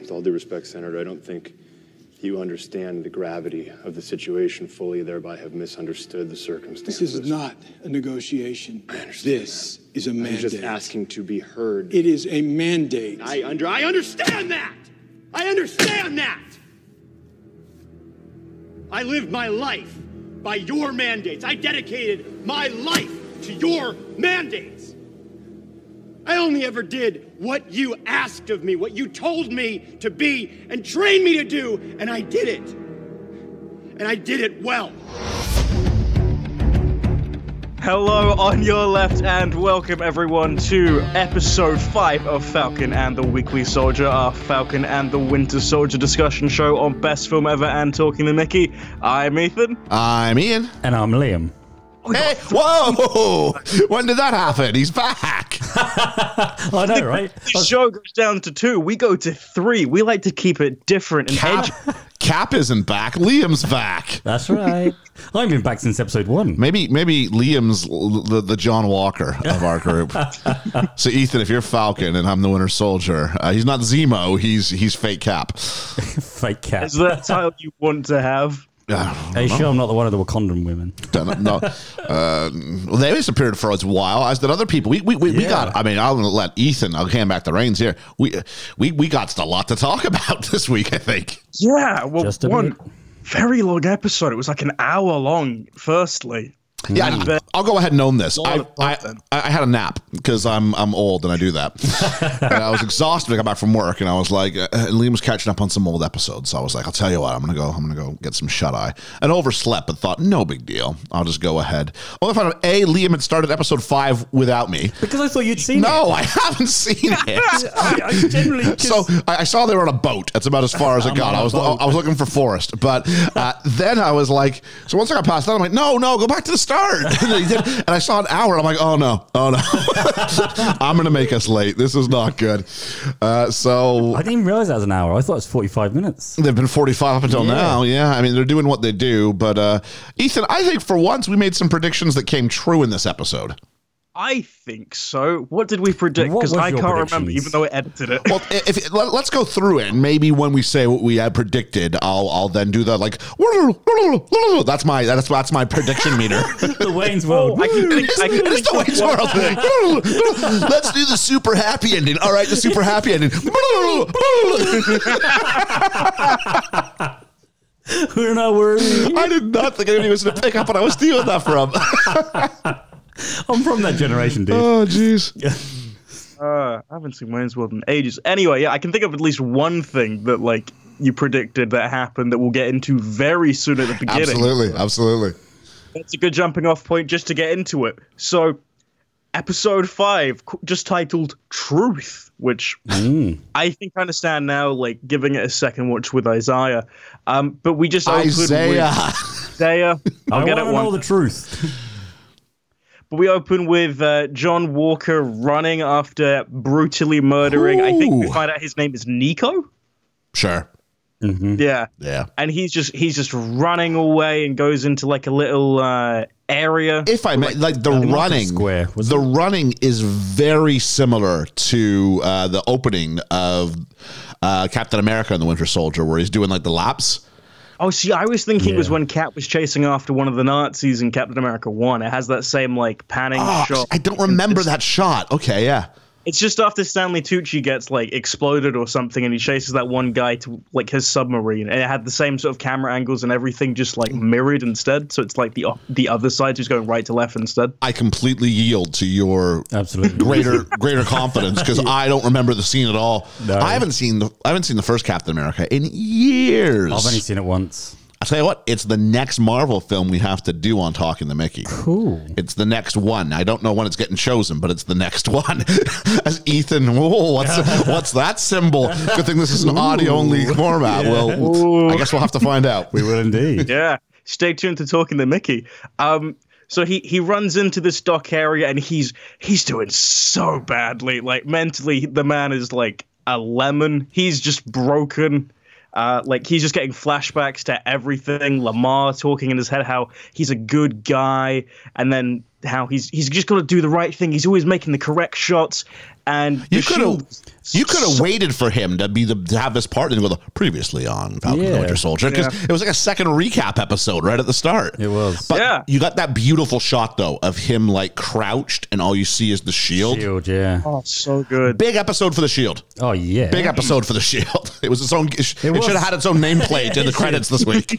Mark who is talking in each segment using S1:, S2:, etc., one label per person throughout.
S1: With all due respect, Senator, I don't think you understand the gravity of the situation fully, thereby have misunderstood the circumstances.
S2: This is not a negotiation. This is a
S1: I'm just
S2: mandate.
S1: asking to be heard.
S2: It is a mandate.
S1: I under I understand that. I understand that. I lived my life by your mandates. I dedicated my life to your mandates. I only ever did what you asked of me, what you told me to be and trained me to do, and I did it. And I did it well.
S3: Hello on your left, and welcome everyone to episode 5 of Falcon and the Weekly Soldier, our Falcon and the Winter Soldier discussion show on Best Film Ever and Talking to Mickey. I'm Ethan.
S4: I'm Ian.
S5: And I'm Liam.
S4: Hey, whoa! When did that happen? He's back.
S5: I know, right?
S3: The show goes down to two, we go to three. We like to keep it different and
S4: Cap,
S3: edgy.
S4: Cap isn't back. Liam's back.
S5: That's right. I've been back since episode one.
S4: Maybe, maybe Liam's l- the, the John Walker of our group. so, Ethan, if you're Falcon and I'm the Winter Soldier, uh, he's not Zemo. He's he's fake Cap.
S5: Fake cat.
S3: Is that title you want to have?
S4: Uh,
S5: Are you sure I'm not the one of the Wakandan women?
S4: don't know. Uh, well, they disappeared for a while, as did other people. We we, we, we
S5: Yeah.
S4: got. I mean, I'll let Ethan. I'll hand back the reins here. We we we got a lot to talk about this week. I think.
S3: Yeah, well,
S5: Just a
S3: one
S5: bit.
S3: very long episode. It was like an hour long, firstly.
S4: Yeah,
S3: Mm.
S4: I- I'll go ahead and own this. I,
S3: of
S4: I, I I had a nap because I'm I'm old and I do that. and I was exhausted. I got back from work and I was like, uh, and Liam was catching up on some old episodes. So I was like, I'll tell you what, I'm gonna go, I'm gonna go get some shut eye. And overslept, but thought no big deal. I'll just go ahead. Only found out a Liam had started episode five without me.
S5: Because I thought you'd seen
S4: No, I haven't seen it.
S5: I, I generally just...
S4: So I, I saw they were on a boat. That's about as far as it
S5: I'm
S4: got.
S5: on
S4: I
S5: a
S4: was
S5: boat.
S4: I was looking for Forrest, but uh, then I was like, so once I got past that, I'm like, no, no, go back to the start. and, they did, and I saw an hour. And I'm like, oh no, oh no, I'm gonna make us late. This is not good. Uh, so
S5: I didn't even realize that was an hour. I thought it was 45 minutes.
S4: They've been 45 up until
S5: Yeah.
S4: now. Yeah. I mean, they're doing what they do. But uh, Ethan, I think for once we made some predictions that came true in this episode.
S3: I think so. What did we predict?
S5: What
S3: Because
S5: was
S3: I
S5: your
S3: can't remember,
S5: predictions?
S3: even though I edited it.
S4: Well, if, if, let, us go through it. And maybe when we say what we had predicted, I'll I'll then do the like. That's my that's that's my prediction meter.
S5: The Wayne's World.
S3: Oh, I can think,
S4: It's,
S3: I can
S4: it's
S3: think
S4: the way it's
S3: what-
S4: world. Let's do the super happy ending. All right, the super happy ending.
S5: We're not worried.
S4: I did not think anybody was going to pick up what I was stealing that from.
S5: I'm from that generation, dude.
S4: oh, jeez.
S3: Uh, I haven't seen Wayne's World in ages. Anyway, yeah, I can think of at least one thing that like you predicted that happened that we'll get into very soon at the beginning.
S4: Absolutely, absolutely.
S3: That's a good jumping off point just to get into it. So, episode five, c- just titled "Truth," which I think I understand now. Like giving it a second watch with Isaiah, um, but we just opened
S4: Isaiah.
S3: with Isaiah. I'll
S5: I
S3: get
S5: wanna
S3: it
S5: know
S3: one.
S5: the truth.
S3: But we open with uh, John Walker running after brutally murdering. I think we
S4: Ooh.
S3: find out his name is Nico.
S4: Sure.
S3: Yeah,
S4: Yeah.
S3: and he's just he's just running away and goes into like a little uh, area.
S4: if I may, like the running
S5: Square, was
S4: the running is very similar to uh, the opening of uh, Captain America and the Winter Soldier, where he's doing like the laps.
S3: Oh, see, I was thinking it was
S5: Yeah.
S3: when Cap was chasing after one of the Nazis in Captain America One. It has that same like panning
S4: Oh,
S3: shot.
S4: I don't remember that shot. Okay, yeah,
S3: It's just after Stanley Tucci gets like exploded or something, and he chases that one guy to like his submarine, and it had the same sort of camera angles and everything, just like mirrored instead. So it's like the o- the other side just going right to left instead.
S4: I completely yield to your
S5: Absolutely.
S4: greater greater confidence because I don't remember the scene at all.
S5: No.
S4: I haven't seen the I haven't seen the first Captain America in years.
S5: I've only seen it once.
S4: I tell you what, it's the next Marvel film we have to do on Talking the Mickey.
S5: Cool.
S4: It's the next one. I don't know when it's getting chosen, but it's the next one. As Ethan, whoa, what's what's that symbol? Good thing this is an audio only format. Well, I guess we'll have to find out.
S5: We will indeed.
S3: Yeah. Stay tuned to talking to Mickey. Um, so he he runs into this dock area and he's he's doing so badly. Like mentally, the man is like a lemon. He's just broken. Uh, like he's just getting flashbacks to everything. Lamar talking in his head how he's a good guy, and then how he's he's just got to do the right thing. He's always making the correct shots, and
S4: You
S3: the
S4: could have
S3: shield-
S4: you could have waited for him to be the to have this part and go the previously on Falcon and the
S5: Yeah.
S4: Winter Soldier because
S3: Yeah.
S4: it was like a second recap episode right at the start.
S5: It was.
S4: but
S3: Yeah.
S4: you got that beautiful shot though of him like crouched and all you see is the shield.
S5: Shield, yeah.
S3: Oh, so good.
S4: Big episode for the shield.
S5: Oh yeah.
S4: Big episode for the shield. It was its own. It,
S5: was.
S4: should have had its own nameplate in the credits this week.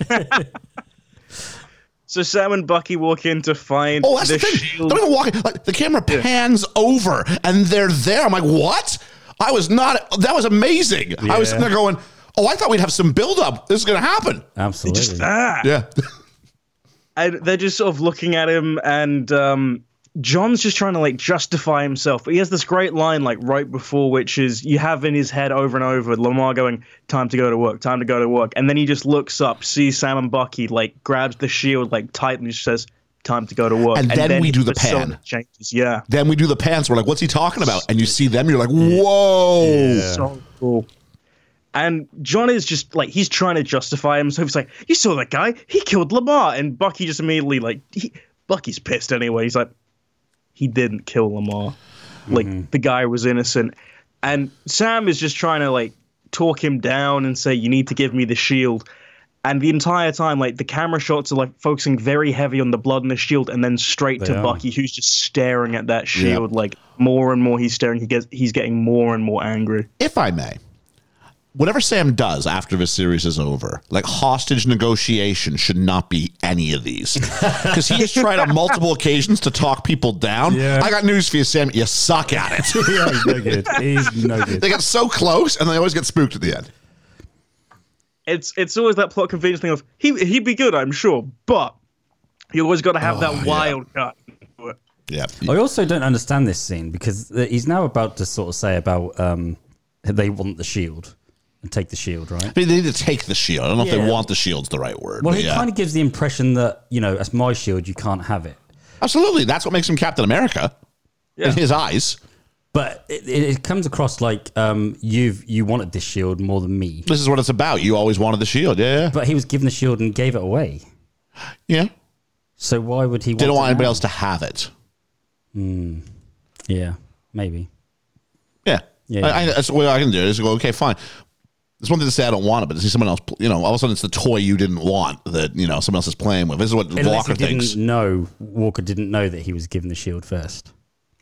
S3: So Sam and Bucky walk in to find
S4: Oh, that's the, thing.
S3: shield.
S4: They're even walking. Like the camera pans over, and they're there. I'm like, what? I was not. That was amazing. I was
S5: Yeah.
S4: sitting there going, oh, I thought we'd have some buildup. This is gonna happen.
S5: Absolutely.
S3: Just that.
S4: Yeah.
S3: and they're just sort of looking at him and um John's just trying to like justify himself, but he has this great line like right before, which is you have in his head over and over Lamar going, "Time to go to work, time to go to work," and then he just looks up, sees Sam and Bucky, like grabs the shield like tight, and just says, "Time to go to work."
S4: And then we do the
S3: his persona
S4: pan.
S3: Changes. Yeah.
S4: then we do the pants. We're like, what's he talking about? And you see them. You're like, whoa.
S3: so cool. And John is just like he's trying to justify himself. He's like, "You saw that guy? He killed Lamar." And Bucky just immediately like, he, Bucky's pissed anyway. He's like, "He didn't kill Lamar. Like the guy was innocent." And Sam is just trying to like talk him down and say, "You need to give me the shield." And the entire time, like the camera shots are like focusing very heavy on the blood and the shield, and then straight to
S5: are.
S3: Bucky, who's just staring at that shield. Like more and more he's staring, he gets he's getting more and more angry.
S4: if I may, whatever Sam does after this series is over, like hostage negotiation should not be any of these. Because he has tried on multiple occasions to talk people down.
S5: Yeah.
S4: I got news for you, Sam. You suck at it.
S5: yeah, he's no good. He's no
S4: they
S5: good.
S4: get so close and they always get spooked at the end.
S3: It's it's always that plot convenience thing of he he'd be good, I'm sure, but you always got to
S5: Oh,
S3: have that wild cut.
S4: Yeah.
S5: I also don't understand this scene because uh, he's now about to sort of say about um, they want the shield and take the shield, right?
S4: I mean, they need to take the shield. I don't know if
S5: Yeah.
S4: they want the shield's the right word.
S5: Well,
S4: but
S5: he
S4: yeah.
S5: kind of gives the impression that you know, as my shield, you can't have it.
S4: Absolutely. That's what makes him Captain America in his eyes.
S5: But it, it, it comes across like um, you've you wanted this shield more than me.
S4: This is what it's about. You always wanted the shield. Yeah.
S5: But he was given the shield and gave it away.
S4: Yeah.
S5: So why would he?
S4: Didn't want
S5: it
S4: anybody
S5: now?
S4: else to have it.
S5: Yeah, maybe.
S4: Yeah.
S5: Yeah.
S4: I, I, that's the way I can do it is go, okay, fine. It's one thing to say I don't want it, but to see someone else, pl- you know, all of a sudden it's the toy you didn't want that, you know, someone else is playing with. This is what
S5: Unless
S4: Walker
S5: he didn't
S4: thinks.
S5: know Walker didn't know that he was given the shield first.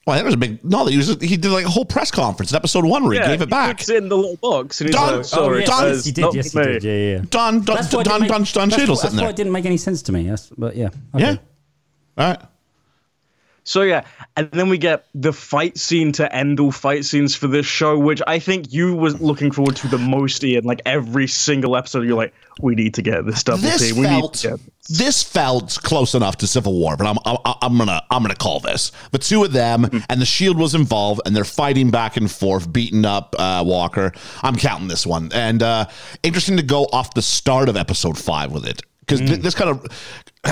S4: Well, that was a big, no, he, was, he did like a whole press conference in episode one where he gave it
S3: He
S4: back.
S3: puts it in the little box and he's
S4: Done.
S3: like, "Sorry,
S4: yes, Don-
S3: that
S5: Oh, yes,
S3: is
S5: he did.
S3: Oh, not
S5: Yes, he
S3: me."
S5: did. Yeah, yeah. yeah.
S4: Don, Don,
S5: That's
S4: Don,
S5: why it didn't
S4: Don,
S5: make-
S4: Don,
S5: that's
S4: Cheadle
S5: why-
S4: sitting
S5: That's why
S4: there.
S5: it didn't make any sense to me. That's, but yeah, okay.
S4: Yeah. All right.
S3: So yeah, and then we get the fight scene to end all fight scenes for this show, which I think you was looking forward to the most, Ian. Like every single episode, you're like, "We need to get this double
S4: This
S3: team. We need
S4: felt
S3: to get
S4: this felt close enough to Civil War, but I'm, I'm I'm gonna I'm gonna call this the two of them
S5: Hmm.
S4: and the Shield E was involved and they're fighting back and forth, beating up uh, Walker. I'm counting this one and uh, interesting to go off the start of episode five with it because
S5: Hmm.
S4: this kind of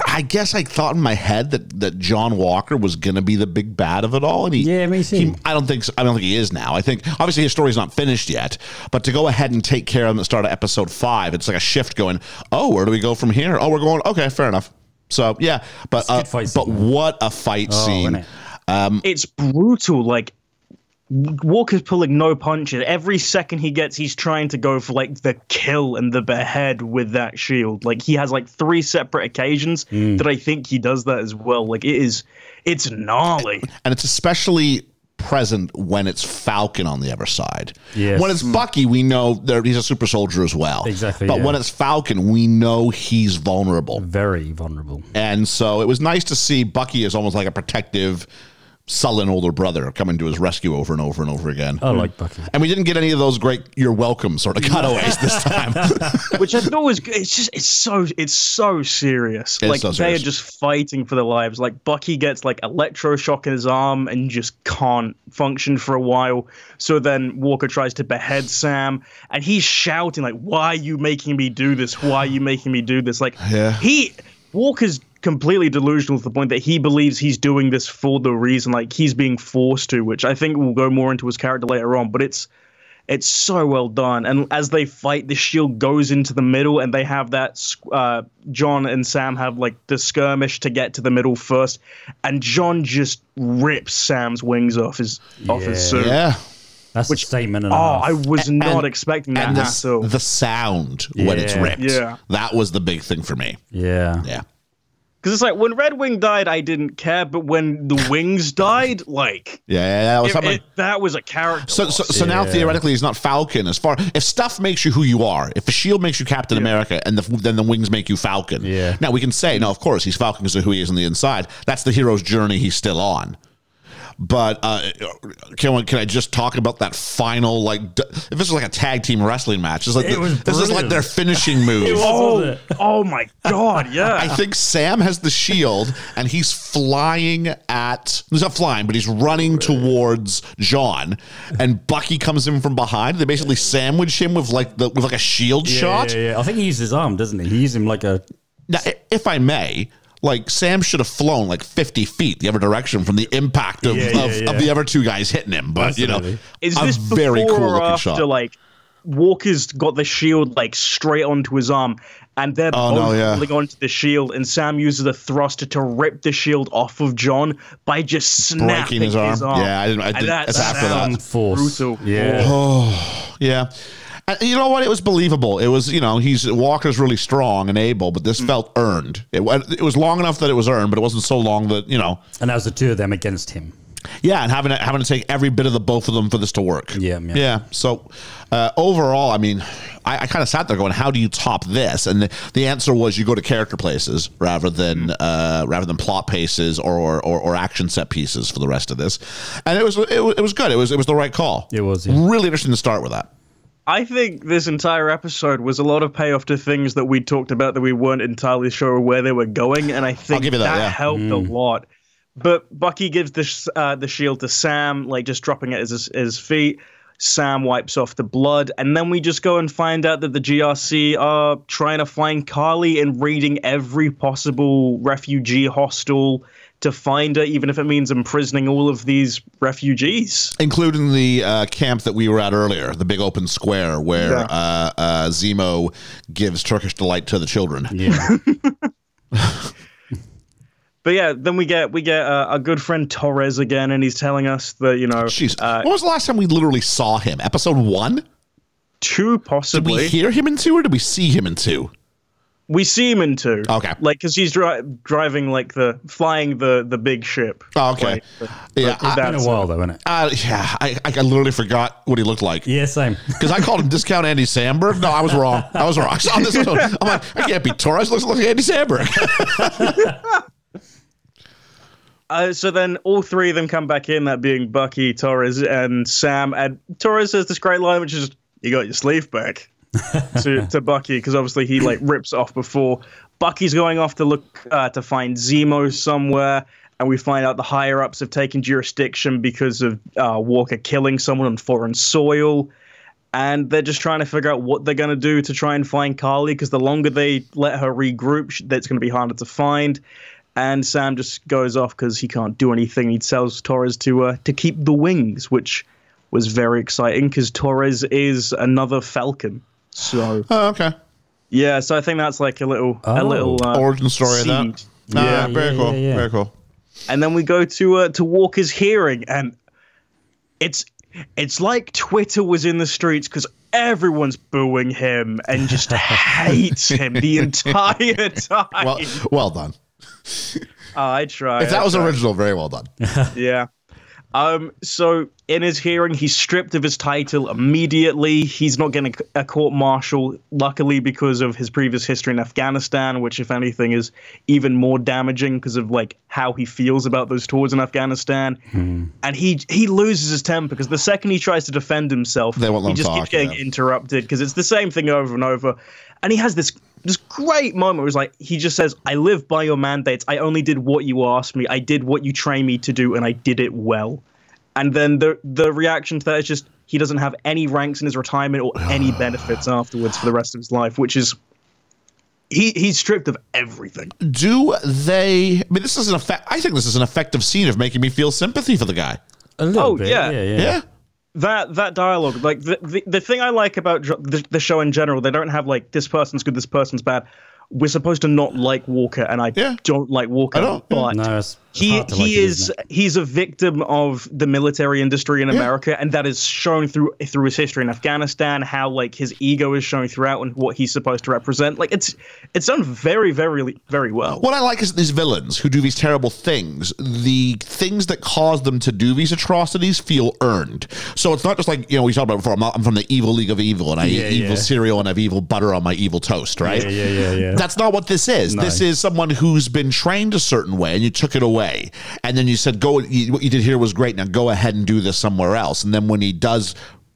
S4: I guess I thought in my head that that John Walker was gonna be the big bad of it all and he
S5: Yeah, me too.
S4: he- I don't think so. I don't think he is now. I think obviously his story's not finished yet, but to go ahead and take care of him at the start of episode five, it's like a shift going. Oh, where do we go from here? Oh, we're going. Okay, fair enough. So yeah, but uh,
S5: good fight scene, Oh,
S4: but what a fight
S5: isn't
S4: scene!
S5: it?
S3: it's brutal. Like Walker's pulling no punches. Every second he gets, he's trying to go for like the kill and the behead with that shield. Like he has like three separate occasions that I think he does that as well. Like it is, it's gnarly.
S4: And it's especially present when it's Falcon on the other side.
S5: Yes.
S4: When it's Bucky, we know there he's a super soldier as well.
S5: Exactly,
S4: But
S5: yeah.
S4: when it's Falcon, we know he's vulnerable.
S5: Very vulnerable.
S4: And so it was nice to see Bucky as almost like a protective, sullen older brother coming to his rescue over and over and over again.
S3: Oh.
S5: I like Bucky.
S4: And we didn't get any of those great "you're welcome" sort of cutaways this time.
S3: which I thought was good. It's just it's so it's so serious. like
S4: so
S3: they are
S4: serious.
S3: just fighting for their lives. Like Bucky gets like electroshock in his arm and just can't function for a while. So then Walker tries to behead Sam, and he's shouting like, "Why are you making me do this? Why are you making me do this?" Like
S4: Yeah.
S3: he Walker's completely delusional to the point that he believes he's doing this for the reason like he's being forced to, which I think will go more into his character later on. But it's It's so well done. And as they fight, the shield goes into the middle, and they have that. squ- Uh, John and Sam have like the skirmish to get to the middle first, and John just rips Sam's wings off his off his
S5: Yeah.
S3: suit.
S4: Yeah.
S5: That's a statement and a
S3: Oh,
S5: half.
S3: I was not
S4: And-
S3: expecting that
S4: And the,
S3: at all.
S4: the sound when it's
S5: Yeah.
S4: ripped.
S3: Yeah.
S4: That was the big thing for me.
S5: yeah.
S4: Yeah.
S3: Because it's like when Red Wing died, I didn't care, but when the wings died, like
S4: Yeah, yeah, yeah, that was
S3: it-
S4: something.
S3: it- that was a character.
S4: so, so, so now theoretically, he's not Falcon. As far if stuff makes you who you are, if the shield makes you Captain America, and the, then the wings make you Falcon.
S5: Yeah.
S4: Now we can say, no, of course he's Falcon because of who he is on the inside. That's the hero's journey he's still on. But uh, can I- can I just talk about that final like? d- If this was like a tag team wrestling match, it's like
S5: It was
S4: this is like
S5: brilliant.
S4: their finishing move.
S3: oh, oh my god,
S4: I
S3: yeah.
S4: think Sam has the shield and he's flying at he's not flying, but he's running towards John. And Bucky comes in from behind. They basically sandwich him with like the with like a shield
S5: Yeah,
S4: shot.
S5: Yeah, yeah. I think he used his arm, doesn't he? He used him like a.
S4: Now, i- if I may, like Sam should have flown like fifty feet the other direction from the impact of,
S5: Yeah, yeah,
S4: of, of
S5: yeah.
S4: the other two guys hitting him. But you
S5: Absolutely.
S4: know,
S3: Is this
S4: a
S3: before
S4: very cool
S3: or
S4: looking
S3: after
S4: shot.
S3: like Walker's got the shield like straight onto his arm, and they're
S4: Oh,
S3: both
S4: no, yeah.
S3: holding onto the shield, and Sam uses the thruster to rip the shield off of John by just snapping
S4: Breaking his arm. Yeah, I didn't- I
S3: And
S4: didn't-
S3: that
S4: it's after that.
S5: Some
S3: sounds
S5: force.
S3: brutal. Oh.
S5: Yeah.
S4: Yeah. And you know what? It was believable. It was, you know, he's Walker's really strong and able, but
S5: Mm.
S4: this felt earned. It, wa- it was long enough that it was earned, but it wasn't so long that you know.
S5: And that was the two of them against him.
S4: Yeah, and having to, having to take every bit of the both of them for this to work.
S5: Yeah, yeah.
S4: So uh, overall, I mean, I, I kind of sat there going, "How do you top this?" And the, the answer was, you go to character places rather
S5: Mm.
S4: than uh, rather than plot paces or, or or action set pieces for the rest of this. And it was it was, it was good. It was it was the right call.
S5: It was, yeah.
S4: really interesting to start with that.
S3: I think this entire episode was a lot of payoff to things that we talked about that we weren't entirely sure where they were going, and I think
S4: give you
S3: that,
S4: that, yeah.
S3: helped a lot. But Bucky gives this uh, the shield to Sam, like just dropping it at his, his feet. Sam wipes off the blood, and then we just go and find out that the GRC are trying to find Carly and raiding every possible refugee hostel to find her, even if it means imprisoning all of these refugees.
S4: including the uh, camp that we were at earlier, the big open square where
S3: Yeah.
S4: uh, uh, Zemo gives Turkish delight to the children.
S5: Yeah.
S3: But yeah, then we get we get uh, our good friend Torres again, and he's telling us that you know
S4: Jeez,
S3: uh,
S4: when was the last time we literally saw him? Episode one?
S3: two
S4: Did we
S3: possibly. We,
S4: hear him in two, or did we see him in two?
S3: see him in two.
S4: Okay.
S3: like because he's dri- driving like the flying the the big ship.
S4: Oh, okay.
S3: Like, the-
S4: Yeah,
S3: the-
S4: I-
S5: Been a
S3: that's-
S5: while, though, isn't it?
S4: Uh, yeah, I, I I literally forgot what he looked like.
S5: Yeah, same.
S4: Because I called him Discount Andy Samberg. No, I was wrong. I was wrong. I saw this episode. I'm like, I can't be Torres. Looks like Andy Samberg.
S3: Uh, so then all three of them come back in, that being Bucky, Torres, and Sam. And Torres has this great line, which is, "You got your sleeve back." to, to Bucky because obviously he like rips off before Bucky's going off to look uh, to find Zemo somewhere, and we find out the higher ups have taken jurisdiction because of uh, Walker killing someone on foreign soil, and they're just trying to figure out what they're gonna do to try and find Carly because the longer they let her regroup, sh- that's gonna be harder to find. And Sam just goes off because he can't do anything. He tells Torres to uh, to keep the wings, which was very exciting because Torres is another Falcon. So
S4: oh, okay.
S3: yeah, so I think that's like a little a
S5: Oh.
S3: little uh,
S4: Origin story of that.
S3: seed.
S4: Nah,
S5: Yeah.
S4: very
S5: Yeah,
S4: cool.
S5: yeah, yeah.
S4: Very cool.
S3: And then we go to uh, to Walker's hearing, and it's it's like Twitter was in the streets because everyone's booing him and just hates him the entire time.
S4: Well, well done.
S3: I try.
S4: If that was original, very well done.
S3: Yeah. Um, so in his hearing, he's stripped of his title immediately. He's not getting a, a court martial, luckily, because of his previous history in Afghanistan, which, if anything, is even more damaging because of like how he feels about those tours in Afghanistan.
S4: Hmm.
S3: And he he loses his temper because the second he tries to defend himself,
S4: They won't let
S3: he
S4: him
S3: just
S4: talk,
S3: keeps getting
S4: yeah.
S3: interrupted because it's the same thing over and over. And he has this this great moment where he's like, he just says, I live by your mandates. I only did what you asked me. I did what you trained me to do, and I did it well. And then the the reaction to that is just he doesn't have any ranks in his retirement or any benefits afterwards for the rest of his life, which is he he's stripped of everything.
S4: do they I mean this is an effect I think this is an effective scene of making me feel sympathy for the guy.
S5: A little
S3: Oh,
S5: bit.
S3: yeah.
S5: Yeah, yeah.
S4: Yeah.
S3: that that dialogue like the, the, the thing i like about dr- the, the show in general they don't have like this person's good this person's bad we're supposed to not like walker and i
S4: Yeah.
S3: don't like walker
S4: I don't, yeah.
S3: but
S5: No, it's
S3: he
S5: hard to like
S3: he
S5: it,
S3: is
S5: isn't
S3: he's a victim of the military industry in America, and that is shown through through his history in Afghanistan. How like his ego is shown throughout, and what he's supposed to represent. Like it's it's done very very very well.
S4: What I like is these villains who do these terrible things. The things that cause them to do these atrocities feel earned. So it's not just like you know we talked about before. I'm, not, I'm from the evil league of evil, and I
S5: Yeah,
S4: eat evil
S5: yeah.
S4: cereal and I have evil butter on my evil toast. Right?
S5: Yeah, yeah, yeah, yeah.
S4: That's not what this is.
S5: No.
S4: This is someone who's been trained a certain way, and you took it away, and then you said, "Go. You, what you did here was great. Now go ahead and do this somewhere else." And then when he does.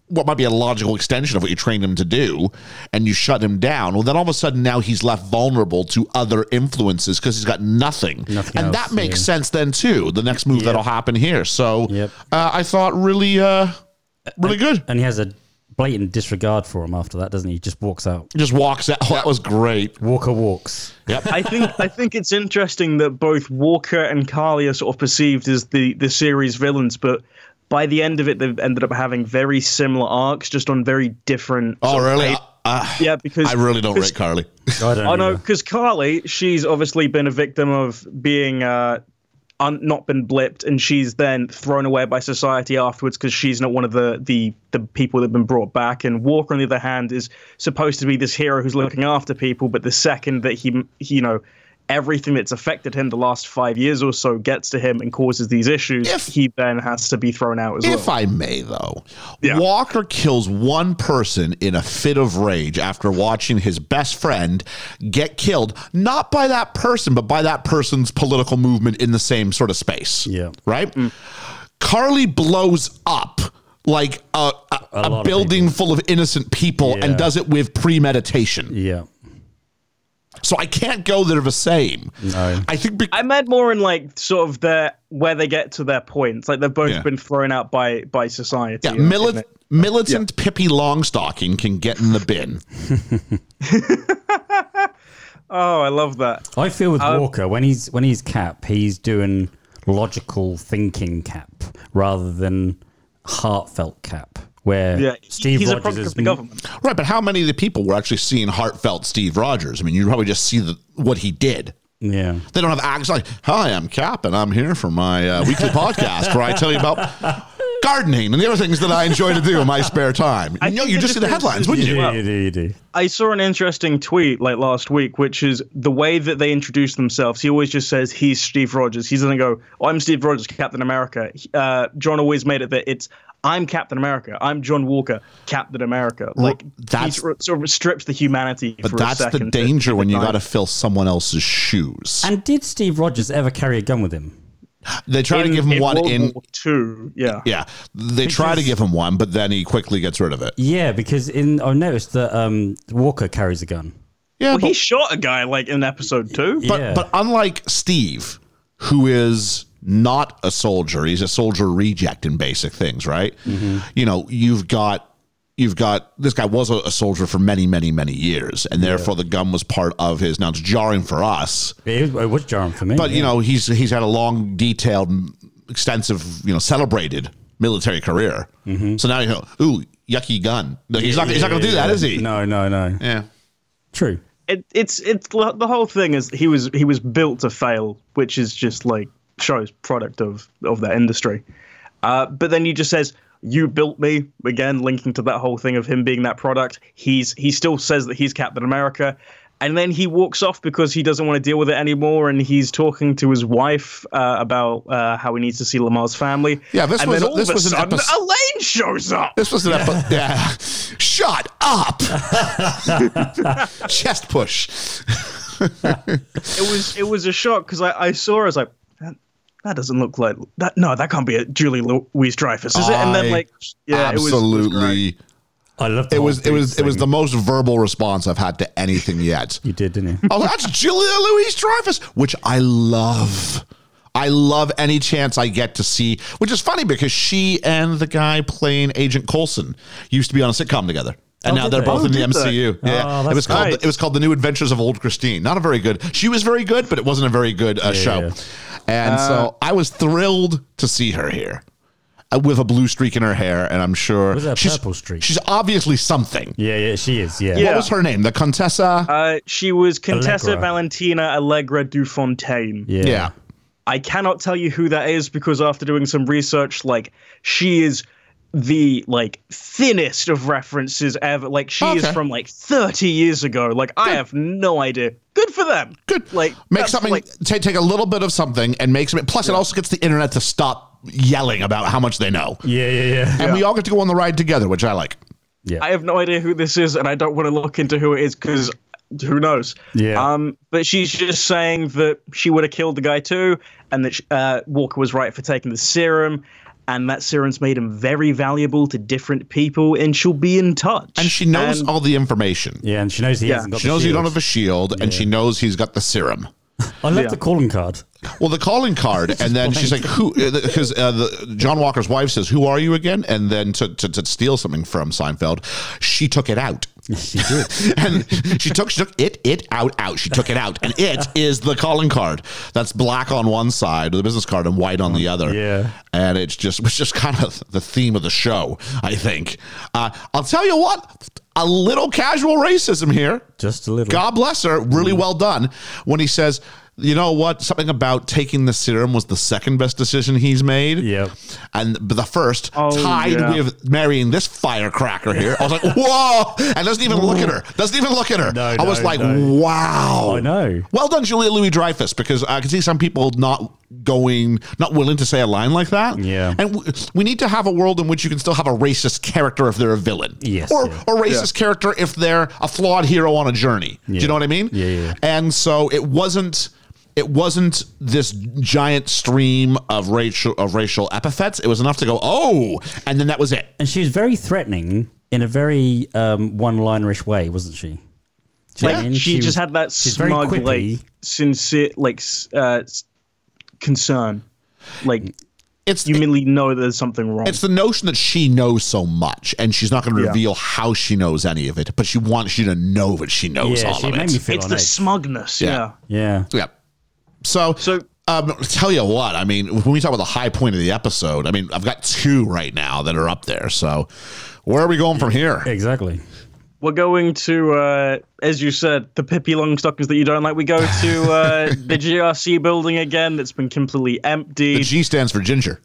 S4: What might be a logical extension of what you trained him to do, and you shut him down. Well, then all of a sudden now he's left vulnerable to other influences because he's got nothing,
S5: Nothing
S4: and
S5: else,
S4: that makes
S5: yeah.
S4: sense then too. The next move that'll happen here. So
S5: Yep.
S4: uh, I thought really, uh, really good.
S5: And he has a blatant disregard for him after that, doesn't he? He just walks out.
S4: Just walks out. Oh, that was great.
S5: Walker walks.
S4: Yep.
S3: I think I think it's interesting that both Walker and Carly are sort of perceived as the the series villains, but by the end of it, they've ended up having very similar arcs, just on very different.
S4: oh,
S3: sort of
S4: really?
S3: pace.
S4: Uh,
S3: yeah, because
S4: I really don't
S3: because-
S4: rate Carly.
S5: I don't
S3: I know
S5: know.
S3: because Oh, Carly, she's obviously been a victim of being uh, un- not been blipped, and she's then thrown away by society afterwards because she's not one of the, the the people that've been brought back. And Walker, on the other hand, is supposed to be this hero who's looking after people, but the second that he, he you know. Everything that's affected him the last five years or so gets to him and causes these issues.
S4: If-
S3: he then has to be thrown out as
S4: If
S3: well.
S4: I may, though,
S3: Yeah.
S4: Walker kills one person in a fit of rage after watching his best friend get killed, not by that person, but by that person's political movement in the same sort of space.
S5: Yeah. Mm.
S4: Right? Carly blows up like a, a,
S5: lot
S4: a,
S5: of
S4: building full of innocent people
S5: Yeah.
S4: and does it with premeditation.
S5: Yeah.
S4: So I can't go there the same.
S5: No.
S4: I think because.
S3: I meant more in like sort of their where they get to their points. Like they've both
S4: Yeah.
S3: been thrown out by by society.
S4: Yeah,
S3: or-
S4: mili- militant Pippi Longstocking can get in the bin.
S3: Oh, I love that.
S5: I feel with
S3: Um,
S5: Walker when he's when he's cap, he's doing logical thinking cap rather than heartfelt cap. Where
S3: Yeah, he-
S5: Steve
S3: he's a
S5: Rogers
S3: product
S5: is
S3: of the government.
S4: Right, but how many of the people were actually seeing heartfelt Steve Rogers? I mean, you probably just see the, what he did.
S5: Yeah.
S4: They don't have acts like, "Hi, I'm Cap, and I'm here for my uh, weekly podcast where I tell you about gardening and the other things that I enjoy to do in my spare time."
S3: I
S4: no,
S3: think
S4: you
S3: the
S4: just see the
S3: difference
S4: headlines,
S3: is-
S4: wouldn't you?
S3: Yeah.
S5: do, you do.
S3: I saw an interesting tweet like last week, which is the way that they introduce themselves. He always just says he's Steve Rogers. He doesn't go, oh, "I'm Steve Rogers, Captain America." He- Uh, John always made it that it's I'm Captain America. I'm John Walker, Captain America. Like
S4: that's-
S3: he sort of- sort of strips the humanity.
S4: But
S3: for a
S4: that's
S3: second to-
S4: the danger
S3: to
S4: when you
S3: define-
S4: got to fill someone else's shoes.
S5: And did Steve Rogers ever carry a gun with him?
S4: they try to
S3: in-
S4: give him
S3: in
S4: one
S3: World
S4: in.
S3: War Two. Yeah.
S4: Yeah, they try to give him one, but then he quickly gets rid of it.
S5: Yeah, because in I noticed that um, Walker carries a gun.
S4: Yeah,
S3: Well, he shot a guy like in episode two.
S4: But
S5: Yeah.
S4: but unlike Steve, who is not a soldier, he's a soldier reject in basic things, right?
S5: Mm-hmm.
S4: You know, you've got you've got this guy was a, a soldier for many, many, many years, and therefore the gun was part of his. Now it's jarring for us,
S5: It was, it was jarring for me.
S4: but
S5: yeah.
S4: you know he's he's had a long, detailed, extensive, you know, celebrated military career.
S5: Mm-hmm.
S4: So now you know, ooh, yucky gun. No, he's not he's not going to do that, is he?
S5: No, no, no.
S4: Yeah.
S5: True.
S3: it, it's it's the whole thing is he was he was built to fail, which is just like shows product of of that industry. Uh, but then he just says, "You built me." Again, linking to that whole thing of him being that product. He's he still says that he's Captain America, and then he walks off because he doesn't want to deal with it anymore. And he's talking to his wife uh, about uh, how he needs to see Lamar's family.
S4: Yeah, this
S3: and
S4: was-
S3: then all
S4: this
S3: of
S4: was
S3: a
S4: an
S3: sudden,
S4: episode-
S3: Elaine shows up.
S4: This was an episode. Yeah. Shut up. Chest push.
S3: it was it was a shock because I, I saw I was like that, that doesn't look like that no that can't be a Julie Louise Dreyfus is it and
S4: I
S3: then like yeah it was- it was,
S4: Absolutely.
S5: I loved
S4: It was it was it was the most verbal response I've had to anything yet.
S5: you did, didn't you?
S4: Oh, that's Julia Louise Dreyfus, which I love. I love any chance I get to see, which is funny because she and the guy playing Agent Coulson used to be on a sitcom together. And
S5: Oh,
S4: now
S5: did
S4: they're
S5: they?
S4: both
S5: Oh,
S4: in the
S3: did they?
S4: MCU. Yeah,
S5: that's
S4: it was called
S3: nice.
S4: it was called The New Adventures of Old Christine. Not a very good. She was very good, but it
S5: Uh,
S4: wasn't a very good uh, show. And so I was thrilled to see her here. uh, with a blue streak in her hair, and I'm sure
S5: Was it a
S4: she's-
S5: purple streak?
S4: She's obviously something.
S5: Yeah, yeah, she is. Yeah.
S3: Yeah.
S4: What was her name? The Contessa.
S3: Uh, she was Contessa
S5: Allegra.
S3: Valentina Allegra Dufontaine.
S5: Yeah.
S4: yeah.
S3: I cannot tell you who that is because after doing some research, like she is the like thinnest of references ever. Like she is
S4: Okay.
S3: from like 30 years ago. Like I have no idea. Good for them.
S4: Good.
S3: Like
S4: make
S3: that's,
S4: something.
S3: like-
S4: take take a little bit of something and make something. Plus, it also gets the internet to stop yelling about how much they know,
S5: Yeah, yeah, yeah.
S4: and we all get to go on the ride together, which I like.
S3: I have no idea who this is, and I don't want to look into who it is because who knows?
S5: Yeah.
S3: Um, but she's just saying that she would have killed the guy too, and that uh, Walker was right for taking the serum, and that serum's made him very valuable to different people, and she'll be in touch.
S4: And she knows all the information.
S5: Yeah, and she knows he
S3: Yeah.
S5: hasn't got
S4: She
S5: the
S4: knows you
S5: shield.
S4: don't have a shield, and she knows he's got the serum.
S5: I love the calling card.
S4: Well, the calling card, and then she's like, "Who?" Because uh, the- John Walker's wife says, "Who are you again?" And then to, to, to steal something from Seinfeld, she took it out,
S5: She did.
S4: and she took she took it it out out. She took it out, and it is the calling card that's black on one side, the business card, and white on the other.
S5: Yeah.
S4: and it's just it's just kind of the theme of the show, I think. Uh, I'll tell you what, a little casual racism here.
S5: Just a little.
S4: God bless her. Really well done. When he says, you know what? Something about taking the serum was the second best decision he's made.
S5: Yeah.
S4: And but the first,
S3: Oh,
S4: tied
S3: yeah.
S4: with marrying this firecracker here. I was like, whoa. And doesn't even look at her. Doesn't even look at her.
S5: No,
S4: I was
S5: no,
S4: like,
S5: no.
S4: wow.
S5: I know.
S4: Well done, Julia Louis Dreyfus, because I can see some people not going, not willing to say a line like that.
S5: Yeah.
S4: And w- we need to have a world in which you can still have a racist character if they're a villain.
S5: Yes,
S4: Or,
S5: yeah.
S4: or racist character if they're a flawed hero on a journey. Do you know what I mean?
S5: Yeah, yeah.
S4: And so it wasn't. It wasn't this giant stream of racial of racial epithets. It was enough to go, oh, and then that was it.
S5: And she was very threatening in a very um, one-linerish way, wasn't she? Do you know what I
S3: Like,
S5: mean?
S3: she, just
S5: was-
S3: had that
S5: she's very
S3: smug,
S5: quippy.
S3: like sincere, like s- uh, s- concern. Like
S4: It's
S3: you merely know there's something wrong.
S4: It's the notion that she knows so much, and she's not going to
S3: Yeah.
S4: reveal how she knows any of it, but she wants you to know that she knows
S5: yeah,
S4: all
S5: she
S4: of
S5: made
S4: it.
S5: me feel
S3: It's
S5: on
S3: the
S5: edge.
S3: smugness.
S4: Yeah.
S3: yeah.
S5: yeah.
S4: yeah. So,
S3: So-
S4: um, tell you what, I mean, when we talk about the high point of the episode, I mean, I've got two right now that are up there. So, where are we going from here?
S5: Exactly.
S3: We're going to, uh, as you said, the Pippi Longstockings that you don't like. We go to uh, the GRC building again that's been completely
S4: The
S3: emptied,
S4: G stands for ginger.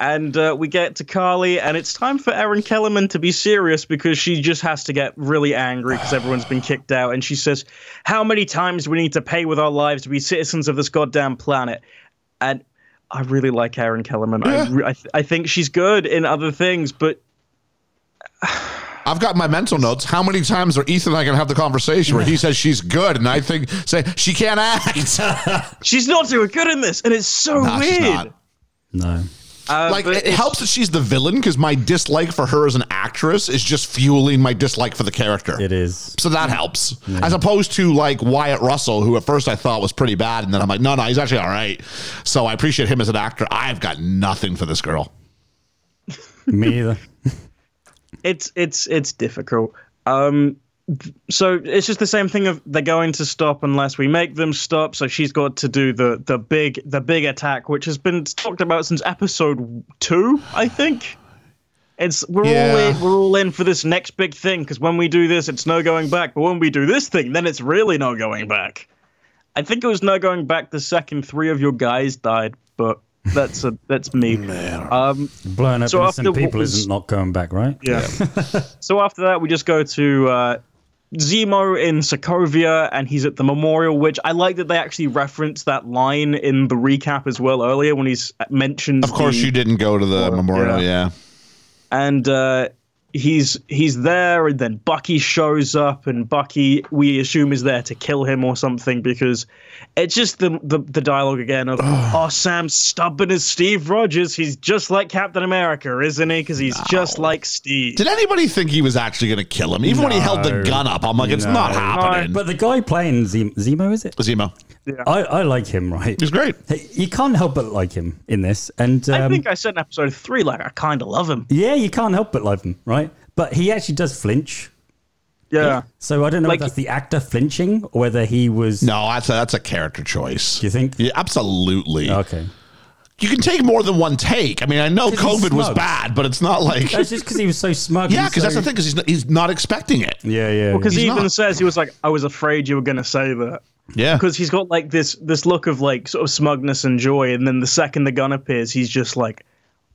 S3: and uh, we get to Carly, and it's time for Erin Kellerman to be serious because she just has to get really angry because everyone's been kicked out, and she says, "How many times do we need to pay with our lives to be citizens of this goddamn planet?" And I really like Erin Kellerman. I, re- I, th- I think she's good in other things, but
S4: I've got my mental notes. How many times are Ethan and I going to have the conversation where he says she's good, and I think say she can't act?
S3: she's not doing good in this, and it's so
S4: Nah,
S3: weird.
S4: she's not.
S5: No.
S3: Uh,
S4: like
S3: but
S4: it
S3: it's-
S4: helps that she's the villain because my dislike for her as an actress is just fueling my dislike for the character.
S5: It is.
S4: So that helps, as opposed to like Wyatt Russell, who at first I thought was pretty bad, and then I'm like, no, no, he's actually all right. So I appreciate him as an actor. I've got nothing for this girl.
S5: Me either.
S3: it's it's it's difficult. Um, th- so it's just the same thing of they're going to stop unless we make them stop. So she's got to do the the big the big attack, which has been talked about since episode two, I think. It's we're all
S4: Yeah.
S3: in, we're all in for this next big thing because when we do this, it's no going back. But when we do this thing, then it's really no going back. I think it was no going back the second three of your guys died, but that's a that's me. Um,
S5: Blowing up
S3: So
S5: innocent
S3: after what
S5: people
S3: was-
S5: isn't not going back, right?
S3: yeah. so after that, we just go to uh, Zemo in Sokovia, and he's at the memorial. Which I like that they actually reference that line in the recap as well earlier when he's uh, mentioned.
S4: Of course,
S3: the,
S4: you didn't go to the memorial, yeah.
S3: and uh, he's he's there, and then Bucky shows up, and Bucky we assume is there to kill him or something because it's just the the, the dialogue again of oh Sam's stubborn as Steve Rogers, he's just like Captain America, isn't he? Because he's just like Steve.
S4: Did anybody think he was actually going to kill him? Even when he held the gun up, I'm like, it's not happening.
S5: But the guy playing Zemo, Zemo is it?
S4: Zemo,
S5: I, I like him, right?
S4: he's great.
S5: Hey, You can't help but like him in this, and um,
S3: I think I said in episode three, like I kind of love him.
S5: yeah, you can't help but like him, right? But he actually does flinch.
S3: Yeah.
S5: So I don't know
S3: Like-
S5: if that's the actor flinching or whether he was.
S4: No, that's a, that's a character choice.
S5: Do you think?
S4: Yeah, absolutely.
S5: Okay.
S4: You can take more than one take. I mean, I know
S5: 'Cause he's
S4: COVID was
S5: smug.
S4: bad, but it's not like
S5: That's just because he was so smug.
S4: yeah,
S5: and
S4: because that's
S5: so-
S4: the thing. Because he's not, he's not expecting it.
S5: Yeah, yeah.
S3: Because
S4: He's
S3: he even
S4: not.
S3: says he was like, "I was afraid you were going to say that."
S4: Yeah,
S3: Because he's got like this this look of like sort of smugness and joy, and then the second the gun appears, he's just like,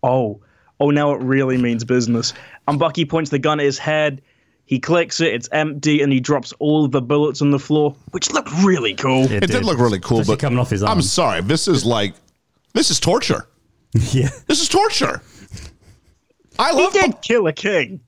S3: "Oh, oh, now it really means business." And Bucky points the gun at his head. He clicks it; it's empty, and he drops all of the bullets on the floor, which looked really cool.
S4: it did look really cool,
S5: Especially
S4: but
S5: coming off his arm.
S4: I'm sorry. This is like this is torture.
S5: yeah.
S4: This is torture. I
S3: He
S4: love.
S3: did kill a king.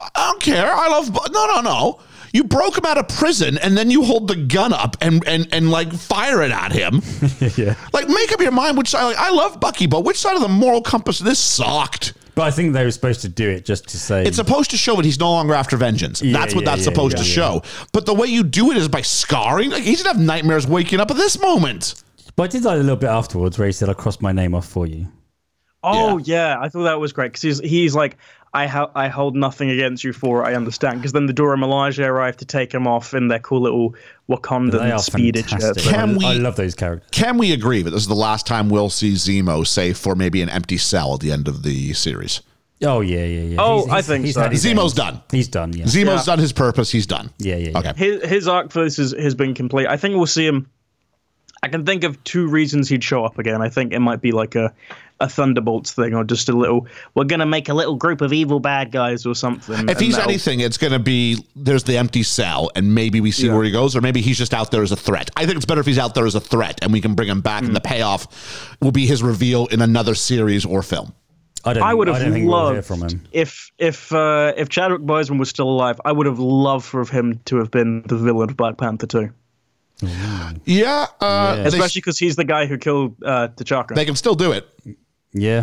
S4: I don't care. I love. No, no, no. You broke him out of prison, and then you hold the gun up and and and like fire it at him.
S5: Yeah.
S4: Like, make up your mind. Which side? Like, I love Bucky, but which side of the moral compass? This sucked.
S5: But I think they were supposed to do it just to say.
S4: It's supposed to show that he's no longer after vengeance. that's what
S5: yeah,
S4: that's
S5: yeah,
S4: supposed
S5: yeah,
S4: to show. But the way you do it is by scarring. Like he's gonna have nightmares waking up at this moment.
S5: but I did like a little bit afterwards where he said, "I crossed my name off for you."
S3: Oh yeah, I thought that was great because he's he's like I ha- I hold nothing against you for it, I understand because then the Dora Milaje arrive to take him off in their cool little
S5: They
S3: Wakandan
S5: are
S3: speeder jet.
S5: fantastic.
S4: Can
S5: I, I
S4: we-
S5: love those characters.
S4: Can we agree that this is the last time we'll see Zemo, save for maybe an empty cell at the end of the series?
S5: Oh yeah, yeah, yeah.
S3: Oh, I think so.
S5: had his
S4: Zemo's
S5: ends.
S4: done.
S5: He's done. Yeah.
S4: Zemo's done his purpose. He's done.
S5: Yeah, yeah, yeah.
S4: Okay.
S3: His his arc for this is, has been complete. I think we'll see him. I can think of two reasons he'd show up again. I think it might be like a a Thunderbolts thing or just a little we're gonna make a little group of evil bad guys or something.
S4: If
S3: and
S4: he's
S3: that'll-
S4: anything, it's going to be there's the empty cell, and maybe we see where he goes, or maybe he's just out there as a threat. I think it's better if he's out there as a threat, and we can bring him back, and the payoff will be his reveal in another series or film.
S5: I don't.
S3: I would have
S5: don't think we'll
S3: loved
S5: hear from him.
S3: if if uh, if Chadwick Boseman was still alive. I would have loved for him to have been the villain of Black Panther 2.
S4: Yeah, uh,
S5: Yeah.
S4: they-
S3: especially because he's the guy who killed uh, T'Chaka.
S4: they can still do it.
S5: Yeah.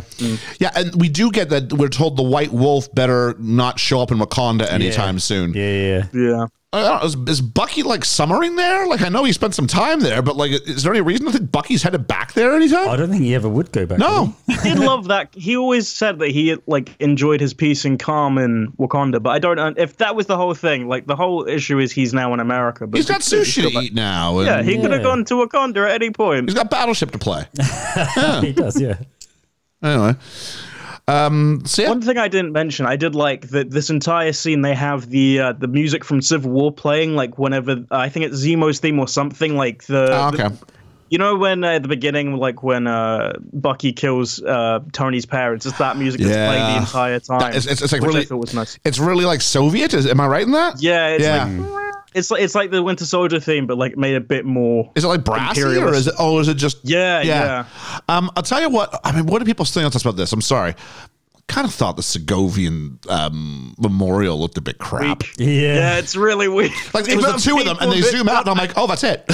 S4: Yeah, and we do get that we're told the White Wolf better not show up in Wakanda anytime soon.
S5: Yeah, yeah.
S3: yeah,
S4: I don't know, is, is Bucky like summering there? Like, I know he spent some time there, but like, is there any reason to think Bucky's headed back there
S5: I
S4: anytime?
S5: don't think he ever would go back.
S4: No.
S3: I did love that. He always said that he like enjoyed his peace and calm in Wakanda, but I don't know if that was the whole thing. Like the whole issue is he's now in America, but
S4: He's got sushi to eat now. and
S3: Yeah, he could
S5: Yeah.
S3: have gone to Wakanda at any point.
S4: he's got Battleship to play.
S5: would he? He does. Yeah.
S4: anyway. Um, so yeah,
S3: One thing I didn't mention, I did like that this entire scene. They have the uh, the music from Civil War playing, like whenever uh, I think it's Zemo's theme or something. Like the,
S4: Oh, okay.
S3: the- you know when uh, at the beginning, like when uh, Bucky kills uh, Tony's parents, it's that music that's playing
S4: Yeah.
S3: the entire time.
S4: That- it's, it's, it's like
S3: which I
S4: really,
S3: thought was nice.
S4: it's really like Soviet. Is, am I right in that?
S3: Yeah, it's
S4: yeah.
S3: like it's like it's like the Winter Soldier theme, but like made a bit more.
S4: is it like brassy or
S3: imperialist.
S4: is it? Oh, is it just?
S3: Yeah,
S4: Um, I'll tell you what. I mean, what do people think else about this? I'm sorry. Kind of thought the Segovian um, memorial looked a bit crap.
S3: Weak.
S5: Yeah.
S3: Yeah, it's really weird.
S4: Like it was the
S3: Even
S4: two of them, and
S3: people
S4: they
S3: did
S4: zoom out, and I'm like, oh, that's it.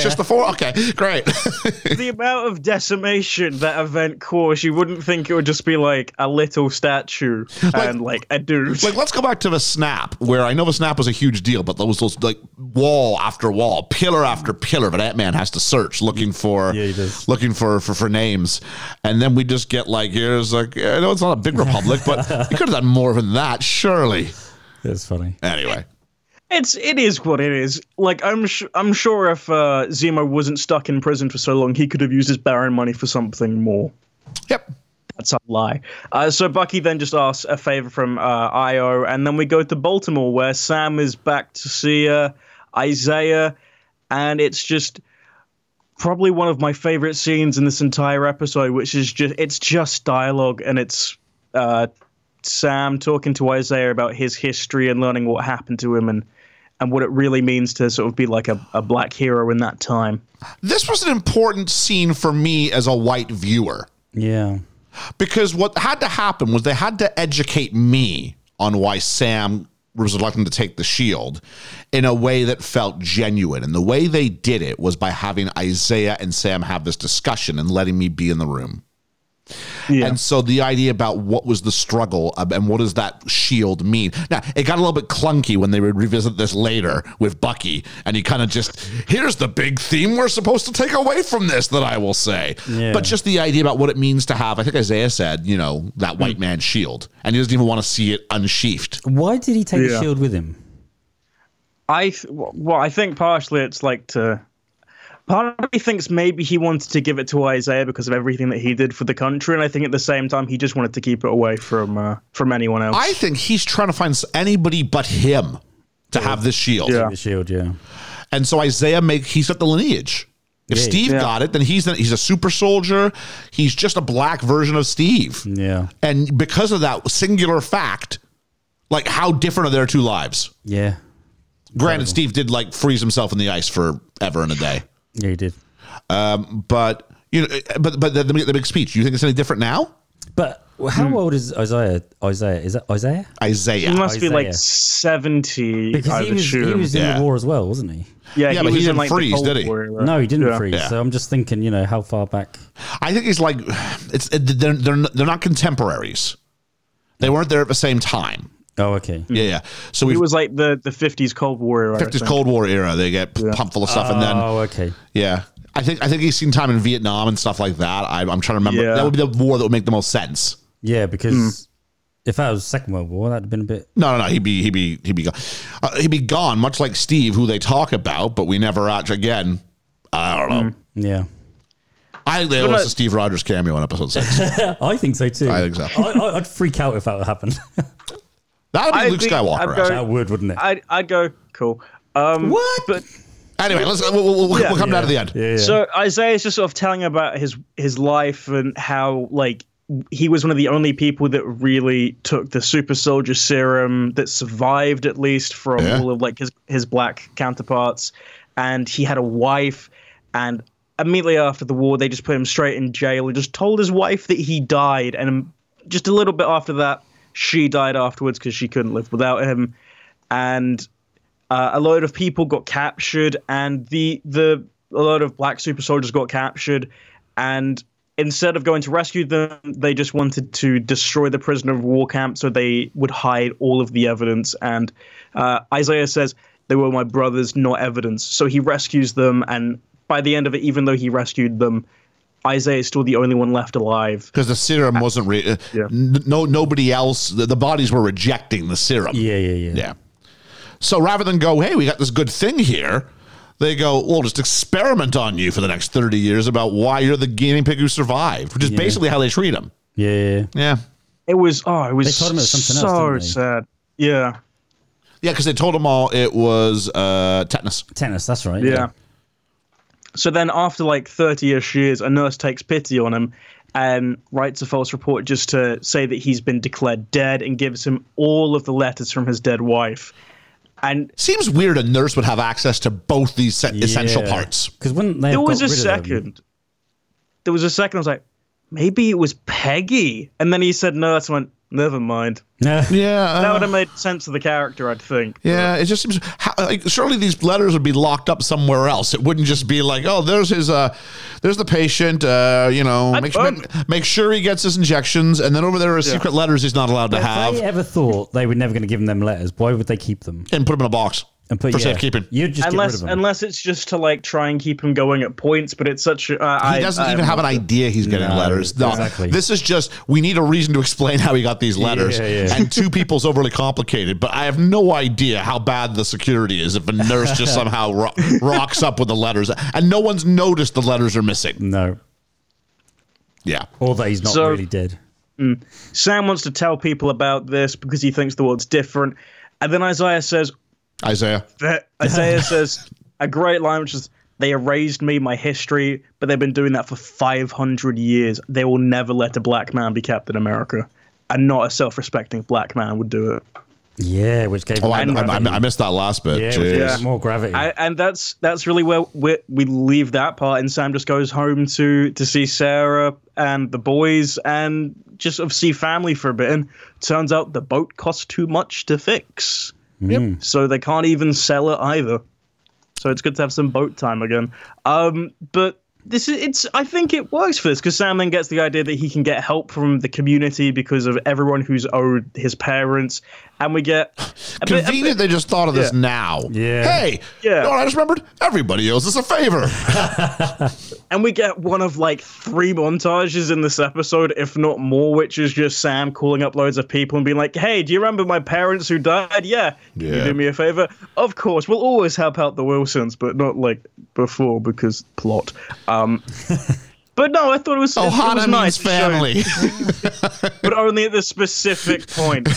S4: just the four. Okay, great.
S3: the amount of decimation that event caused, you wouldn't think it would just be like a little statue and like a dude.
S4: like, let's go back to the snap, where I know the snap was a huge deal, but those those like wall after wall, pillar after pillar, that Ant Man has to search looking for
S5: he does.
S4: looking for, for for names, and then we just get like here's like I know it's not a big republic, but you could have done more than that, surely.
S5: That's funny.
S4: Anyway,
S3: it's it is what it is. Like I'm sh- I'm sure if uh, Zemo wasn't stuck in prison for so long, he could have used his Baron money for something more.
S4: yep.
S3: That's a lie. Uh, so Bucky then just asks a favor from uh, Io, and then we go to Baltimore where Sam is back to see uh, Isaiah, and it's just probably one of my favorite scenes in this entire episode, which is just it's just dialogue and it's uh, Sam talking to Isaiah about his history and learning what happened to him and and what it really means to sort of be like a, a black hero in that time.
S4: This was an important scene for me as a white viewer.
S5: Yeah.
S4: because what had to happen was they had to educate me on why Sam was reluctant to take the shield in a way that felt genuine. And the way they did it was by having Isaiah and Sam have this discussion and letting me be in the room.
S3: Yeah.
S4: And so the idea about what was the struggle um, and what does that shield mean? Now, it got a little bit clunky when they would revisit this later with Bucky, and he kind of just, here's the big theme we're supposed to take away from this that I will say.
S5: Yeah.
S4: But just the idea about what it means to have, I think Isaiah said, you know, that white man's shield, and he doesn't even want to see it unsheathed.
S5: Why did he take the
S3: Yeah.
S5: shield with him?
S3: I th- well, I think partially it's like to. part of me thinks maybe he wanted to give it to Isaiah because of everything that he did for the country, and I think at the same time he just wanted to keep it away from uh, from anyone else.
S4: I think he's trying to find s- anybody but him to have this shield.
S3: Yeah.
S5: The shield, yeah.
S4: And so Isaiah make he's got the lineage. If
S5: Yeah,
S4: Steve
S3: yeah.
S4: got it, then he's he's a super soldier. He's just a black version of Steve.
S5: Yeah.
S4: And because of that singular fact, like how different are their two lives?
S5: Yeah.
S4: Granted, Steve did like freeze himself in the ice for ever and a day,
S5: Yeah, he did.
S4: but you know, but but the, the, big- the big speech. You think it's any different now,
S5: But how old is Isaiah? Isaiah is that Isaiah?
S4: Isaiah?
S3: He must be like
S5: Isaiah.
S3: seventy. I
S5: Because
S3: would
S5: he was, he
S3: assume.
S5: was in
S4: Yeah.
S5: the war as well, wasn't he?
S3: yeah,
S4: Yeah,
S3: he
S4: but he
S3: was in
S4: didn't
S3: like the
S4: freeze,
S3: Cold
S4: did he?
S3: War era.
S5: No, he didn't
S3: Yeah.
S5: freeze.
S4: Yeah.
S5: So I'm just thinking, you know, how far back?
S4: I think it's like it's they're they're they're not contemporaries. They weren't there at the same time.
S5: Oh, okay.
S4: Yeah, yeah. So
S3: It
S4: we
S3: Mm-hmm. was like the the fifties Cold War era. I
S4: fifties
S3: think. Uh,
S4: Cold War era. They get pumped full of stuff, and then
S5: Oh, okay.
S4: yeah, I think I think he's seen time in Vietnam and stuff like that. I, I'm trying to remember.
S3: Yeah.
S4: That would be the war that would make the most sense.
S5: Yeah, because
S3: Hmm.
S5: if that was Second World War, that'd have been a bit.
S4: No, no, no. He'd be he'd be he'd be gone. Uh, he'd be gone, much like Steve, who they talk about, but we never actually again. I don't know.
S5: Yeah,
S4: I think they owe
S3: Mm. But,
S4: us
S3: uh,
S4: a Steve Rogers cameo in episode six.
S5: I think so too.
S4: I think so.
S5: I, I, would freak out if that happened.
S4: That would be
S3: I
S4: Luke
S3: think
S4: Skywalker.
S3: I'd go-
S4: actually.
S5: that would, wouldn't it?
S3: I I go cool. Um,
S5: What?
S3: But
S4: Anyway, let's we'll, we'll, we'll,
S3: Yeah.
S4: we'll come down to the end.
S5: yeah, yeah.
S3: So Isaiah's just sort of telling about his his life and how like he was one of the only people that really took the super soldier serum that survived at least from
S4: Yeah.
S3: all of like his his black counterparts, and he had a wife, and immediately after the war they just put him straight in jail and just told his wife that he died, and just a little bit after that she died afterwards because she couldn't live without him, and uh, a load of people got captured and the the a lot of black super soldiers got captured and instead of going to rescue them they just wanted to destroy the prisoner of war camp so they would hide all of the evidence and uh, isaiah says they were my brothers not evidence so he rescues them and by the end of it even though he rescued them isaiah is still the only one left alive
S4: Because the serum wasn't re- uh, n- no nobody else. The, the bodies were rejecting the serum.
S5: yeah, yeah, yeah,
S4: Yeah. So rather than go, hey, we got this good thing here, they go, we'll just experiment on you for the next 30 years about why you're the guinea pig who survived, which is basically how they treat him.
S5: yeah, yeah, yeah.
S4: Yeah.
S3: it was oh it was
S5: told him it was something else,
S3: so
S5: didn't they?
S3: sad yeah
S4: Yeah, because they told them all it was uh, tetanus.
S5: Tennis, that's right.
S3: Yeah. So then, after like 30 ish years, a nurse takes pity on him and writes a false report just to say that he's been declared dead and gives him all of the letters from his dead wife. And
S4: Seems weird a nurse would have access to both these se- essential parts.
S5: Because wouldn't they?
S3: there
S5: have
S3: was
S5: got
S3: a
S5: rid of them?
S3: second. There was a second. I was like, maybe it was Peggy. And then he said nurse and went, never mind.
S5: No.
S4: Yeah. uh,
S3: That would have made sense of the character, I'd think.
S4: yeah, it just seems. How, like, surely these letters would be locked up somewhere else. It wouldn't just be like, oh, there's his, uh, there's the patient. Uh, you know, make,
S3: bummed.
S4: make, make sure he gets his injections, and then over there are secret letters he's not allowed to have.
S5: If they ever thought they were never going to give them them letters, why would they keep them
S4: and put them in a box
S5: and put
S4: for
S5: yeah,
S4: safekeeping.
S5: You'd just
S3: Unless,
S5: get rid of them.
S3: unless it's just to like try and keep him going at points, but it's such. a- Uh,
S4: he
S3: I-
S4: doesn't
S3: I
S4: even have an idea he's getting
S5: No,
S4: letters. No,
S5: exactly.
S4: this is just we need a reason to explain how he got these letters.
S5: Yeah, yeah.
S4: And two people's overly complicated, but I have no idea how bad the security is if a nurse just somehow ro- rocks up with the letters and no one's noticed the letters are missing.
S5: No,
S4: Yeah,
S5: or that he's not
S3: So-
S5: really dead.
S3: Sam wants to tell people about this because he thinks the world's different. And then Isaiah says,
S4: Isaiah.
S3: that Isaiah says a great line, which is, they erased me, my history, but they've been doing that for 500 years. They will never let a black man be Captain America. And not a self respecting black man would do it.
S5: Yeah, which gave
S4: Oh, I, I,
S5: him
S4: I, I missed that last bit.
S5: yeah, which
S4: Jeez.
S5: gave him more gravity.
S3: I, and that's that's really where we, we leave that part. And Sam just goes home to to see Sarah and the boys and just sort of see family for a bit. And turns out the boat costs too much to fix.
S4: Mm.
S3: Yep. So they can't even sell it either. So it's good to have some boat time again. Um, but this is it's i think it works for this because sam then gets the idea that he can get help from the community because of everyone who's owed his parents and we get a bit- a
S4: Convenient they just thought of this now.
S5: Yeah.
S4: Hey,
S3: Yeah.
S4: you know what I just remembered? Everybody owes us a favor.
S3: And we get one of like three montages in this episode, if not more, which is just Sam calling up loads of people and being like, hey, do you remember my parents who died? Yeah. Can you
S4: Yeah.
S3: do me a favor? Of course. We'll always help out the Wilsons, but not like before because plot. Um, but no, I thought it was, it, it
S4: Ohana
S3: was
S4: means
S3: nice. to show-
S4: Oh, family.
S3: but only at this specific point.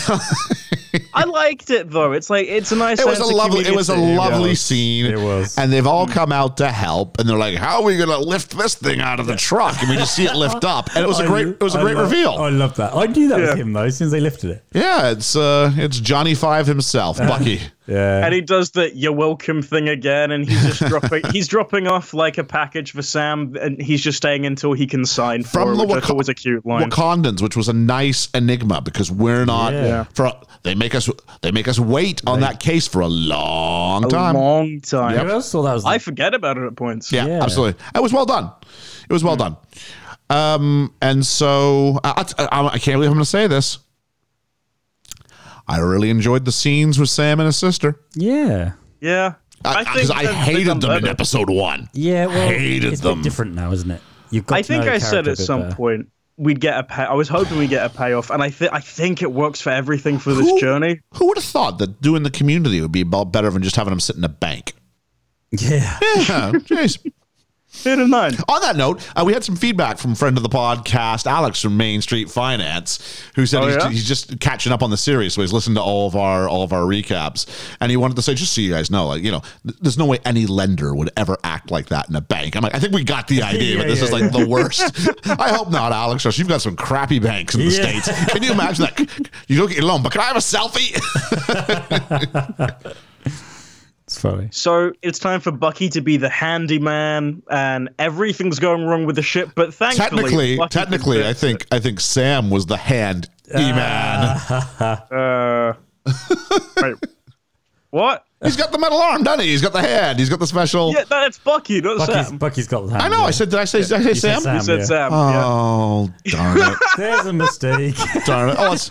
S3: I liked it though. It's like, it's a nice
S4: It was a
S3: sense of
S4: lovely. It was a
S3: community.
S4: lovely
S5: was.
S4: scene.
S5: It was.
S4: and they've all come out to help, and they're like, "How are we gonna lift this thing out of the truck?" And we just see it lift up, and it was a great. It was a
S5: I
S4: great
S5: love-
S4: reveal.
S5: I love that. I knew that
S3: Yeah.
S5: was him though. As soon as they lifted it.
S4: yeah, it's uh, it's Johnny Five himself, Bucky.
S5: Yeah.
S3: and he does the "you're welcome" thing again, and he's just dropping he's dropping off like a package for Sam, and he's just staying until he can sign for
S4: From
S3: it,
S4: the
S3: which I
S4: Waka-
S3: thought was a cute line.
S4: Wakandans, which was a nice enigma because we're not
S5: Yeah.
S4: for they make us they make us wait on that case for a long time.
S3: a long time.
S5: I also thought that was.
S3: I forget about it at points.
S4: Yeah,
S5: Yeah.
S4: absolutely. It was well done. It was well done. Um, and so I, I, I- I can't believe I'm going to say this. I really enjoyed the scenes with Sam and his sister
S5: yeah.
S3: yeah.
S4: because I,
S3: they've- they've done
S4: hated them in
S3: better.
S4: episode one.
S5: Yeah. Well,
S4: Hated
S5: it's a bit
S4: them.
S5: different now, isn't it? You've got.
S3: I
S5: to
S3: think
S5: know the
S3: I said
S5: character a
S3: at
S5: bit
S3: some
S5: better.
S3: point we'd get a pay. I was hoping we get a payoff, and I think I think it works for everything for this
S4: Who-
S3: journey.
S4: Who would have thought that doing the community would be about better than just having them sit in a bank?
S5: Yeah.
S4: Yeah, jeez.
S3: Eight and nine.
S4: On that note, uh, we had some feedback from friend of the podcast, Alex from Main Street Finance, who said
S3: Oh,
S4: he's,
S3: yeah?
S4: he's just catching up on the series, so he's listened to all of our all of our recaps, and he wanted to say, just so you guys know, like you know, th- there's no way any lender would ever act like that in a bank. I'm like, I think we got the idea, but this is like the worst. I hope not, Alex. Or you've got some crappy banks in the
S5: Yeah.
S4: states. Can you imagine that? You don't get your loan, but can I have a selfie?
S5: It's funny.
S3: So it's time for Bucky to be the handyman, and everything's going wrong with the ship. But thankfully,
S4: technically,
S3: Bucky can
S4: technically,
S3: fix
S4: I
S3: it.
S4: think I think Sam was the hand. E-man.
S3: Ah. Uh, wait, what?
S4: He's got the metal arm, doesn't he? He's got the hand. He's got the special.
S3: Yeah, that's Bucky, not
S5: Bucky's,
S3: Sam.
S5: Bucky's got the
S4: I know. I said, did I say, did I say Sam?
S5: Sam.
S3: You said
S5: yeah.
S3: Sam.
S5: Ah.
S3: yeah.
S4: Oh, darn it.
S5: There's a mistake.
S4: darn it. Oh, it's,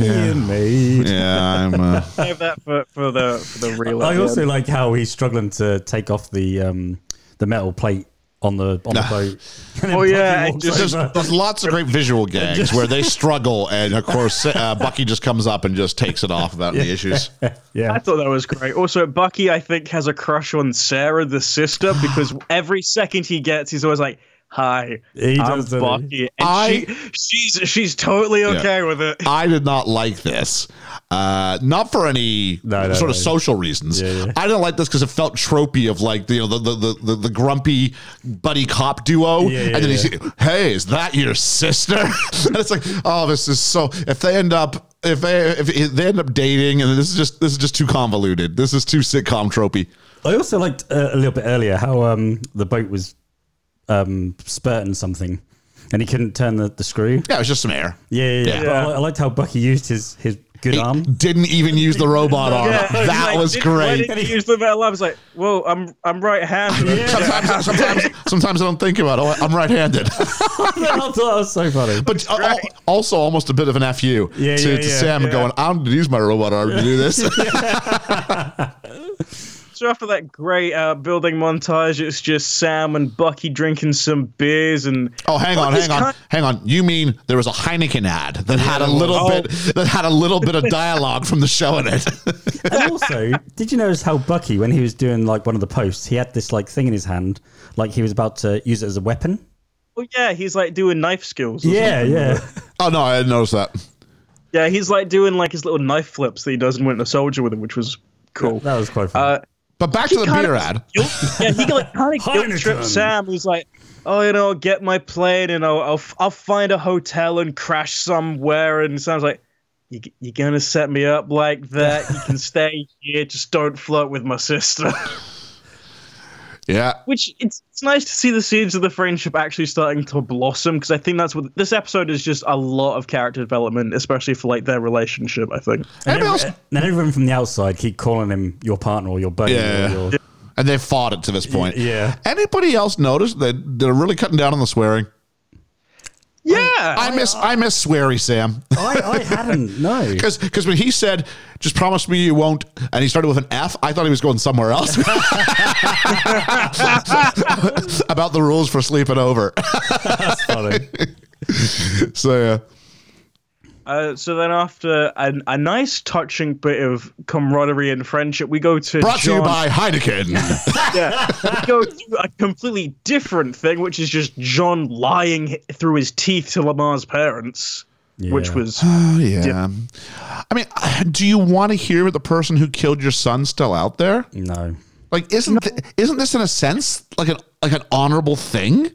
S5: You made.
S4: yeah, I'm. Uh,
S3: Save that for, for the for the real.
S5: I also like um, how he's struggling to take off the um, the metal plate on the on the boat. And then
S3: Oh, yeah,
S5: Bucky
S3: and
S5: walks
S3: just-
S4: there's,
S5: over.
S4: there's lots of great visual gags where they struggle, and of course, uh, Bucky just comes up and just takes it off without any issues.
S3: I
S5: yeah.
S3: thought that was great. Also, Bucky, I think, has a crush on Sarah, the sister, because every second he gets, he's always like, "Hi,
S5: He
S3: I'm
S5: does, doesn't he?
S3: Bucky," and
S4: I-
S3: she, she's she's totally okay with it.
S4: I did not like this, uh, not for any
S5: No, no,
S4: sort of
S5: no.
S4: social reasons.
S5: Yeah, yeah.
S4: I didn't like this because it felt tropey of like you know the the, the, the, the grumpy buddy cop duo,
S5: Yeah, yeah,
S4: and then
S5: yeah.
S4: he's hey, is that your sister? and it's like oh, this is so. If they end up if they if they end up dating, and this is just this is just too convoluted. This is too sitcom tropey.
S5: I also liked uh, a little bit earlier how um, the boat was um, spurting something, and he couldn't turn the, the screw.
S4: Yeah, it was just some air.
S5: Yeah, yeah. yeah.
S4: Yeah.
S5: But I, li- I liked how Bucky used his his good
S4: He
S5: arm.
S4: didn't even use the robot
S5: Oh,
S4: arm.
S3: Yeah, I
S4: that
S3: like,
S4: was
S3: "Did- why
S4: great.
S3: didn't you use the metal arm?" I was like, "Well, I'm I'm right-handed."
S4: Sometimes, sometimes, sometimes I don't think about. it. Oh, I'm right-handed.
S5: I thought that was so funny.
S4: But uh, al- also almost a bit of an fu
S5: Yeah,
S4: to,
S5: yeah,
S4: to
S5: yeah,
S4: Sam
S3: yeah.
S4: going, I don't use my robot arm to do this.
S3: So after that great uh, building montage, it's just Sam and Bucky drinking some beers and
S4: oh, hang on,
S3: Bucky's
S4: hang on,
S3: kind-
S4: hang on. You mean there was a Heineken ad that had a little
S3: Oh.
S4: bit that had a little bit of dialogue from the show in it.
S5: And also, did you notice how Bucky, when he was doing like one of the posts, he had this like thing in his hand, like he was about to use it as a weapon.
S3: Oh yeah, he's like doing knife skills. or
S5: Yeah,
S3: something.
S5: yeah.
S4: oh no, I didn't notice that.
S3: yeah. He's like doing like his little knife flips that he does in Winter Soldier with him, which was cool.
S5: That was quite funny.
S4: But back to the
S3: kinda
S4: beer
S3: just
S4: ad.
S3: guilt- yeah, he like kind of guilt
S5: Heineken.
S3: trip Sam. He's like, oh, you know, I'll get my plane and I'll, I'll I'll find a hotel and crash somewhere. And Sam's like, you you're gonna set me up like that? You can stay here, just don't flirt with my sister.
S4: Yeah.
S3: Which it's it's nice to see the seeds of the friendship actually starting to blossom because I think that's what this episode is just a lot of character development, especially for like their relationship. I think.
S5: and,
S4: Anybody
S5: every-
S4: else?
S5: and then everyone from the outside keep calling him your partner or your buddy.
S4: Yeah.
S5: Or your,
S4: and they've fought it to this point.
S5: yeah.
S4: Anybody else notice that they're really cutting down on the swearing?
S3: Oh, Yeah.
S4: I miss I miss sweary Sam
S5: I, I hadn't. No.
S4: because because when he said just promise me you won't and he started with an F I thought he was going somewhere else about the rules for sleeping over
S5: That's funny.
S4: so yeah
S3: Uh, so then, after an, a nice, touching bit of camaraderie and friendship, we go to
S4: brought to you
S3: John-
S4: by Heineken
S3: Yeah. we go to a completely different thing, which is just John lying h- through his teeth to Lamar's parents, which
S5: Yeah.
S3: was
S4: oh yeah I mean do you want to hear the person who killed your son still out there
S5: No.
S4: like isn't thi- isn't this in a sense like an like an honorable thing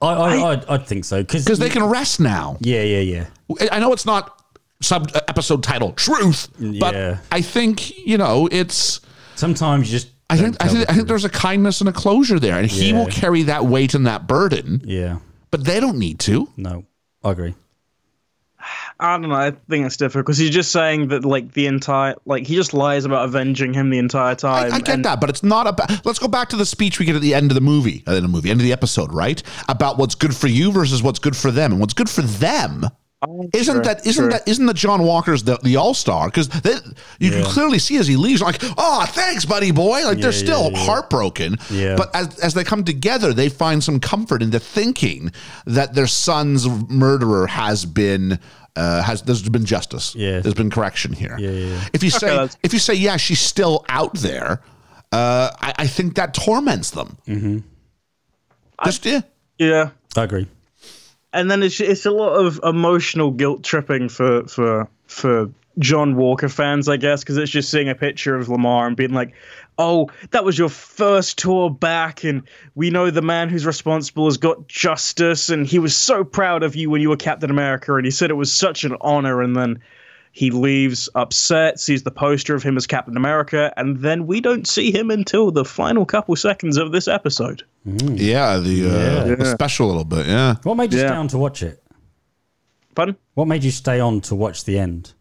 S5: I, I, I, would I'd think so. Because
S4: because they can rest now
S5: Yeah, yeah, yeah.
S4: I- I know it's not sub episode title truth,
S5: Yeah.
S4: but I think you know it's.
S5: Sometimes you just.
S4: I
S5: don't
S4: think I
S5: tell
S4: think,
S5: the
S4: I think there's a kindness and a closure there, and he will
S5: Yeah.
S4: carry that weight and that burden,
S5: truth. Yeah.
S4: but they don't need to.
S5: No. I agree.
S3: I don't know. I think it's difficult because he's just saying that like the entire like he just lies about avenging him the entire time.
S4: I get
S3: and-
S4: that, but it's not about. Let's go back to the speech we get at the end of the movie, at the end of the movie, end of the episode, right? About what's good for you versus what's good for them, and what's good for them. Isn't
S3: sure,
S4: that isn't
S3: sure.
S4: that isn't that John Walker's the, the all star because you can clearly see as he leaves like oh thanks buddy boy like they're
S5: Yeah,
S4: still
S5: yeah, yeah.
S4: heartbroken
S5: Yeah.
S4: but as, as they come together they find some comfort in the thinking that their son's murderer has been uh, has there's been justice
S5: Yeah.
S4: there's been correction here
S5: Yeah, yeah, yeah.
S4: if you say
S3: that's-
S4: if you say yeah she's still out there uh, I, I think that torments them
S5: Mm-hmm.
S4: just yeah
S3: Yeah.
S5: I agree.
S3: and then it's it's a lot of emotional guilt tripping for for for John Walker fans, I guess, because it's just seeing a picture of Lamar and being like, "Oh, that was your first tour back, and we know the man who's responsible has got justice, and he was so proud of you when you were Captain America, and he said it was such an honor." And then he leaves upset, sees the poster of him as Captain America, and then we don't see him until the final couple seconds of this episode.
S4: yeah the, uh, the special little bit yeah
S5: What made you
S3: Yeah.
S5: stay on to watch it?
S3: Pardon?
S5: What made you stay on to watch the end?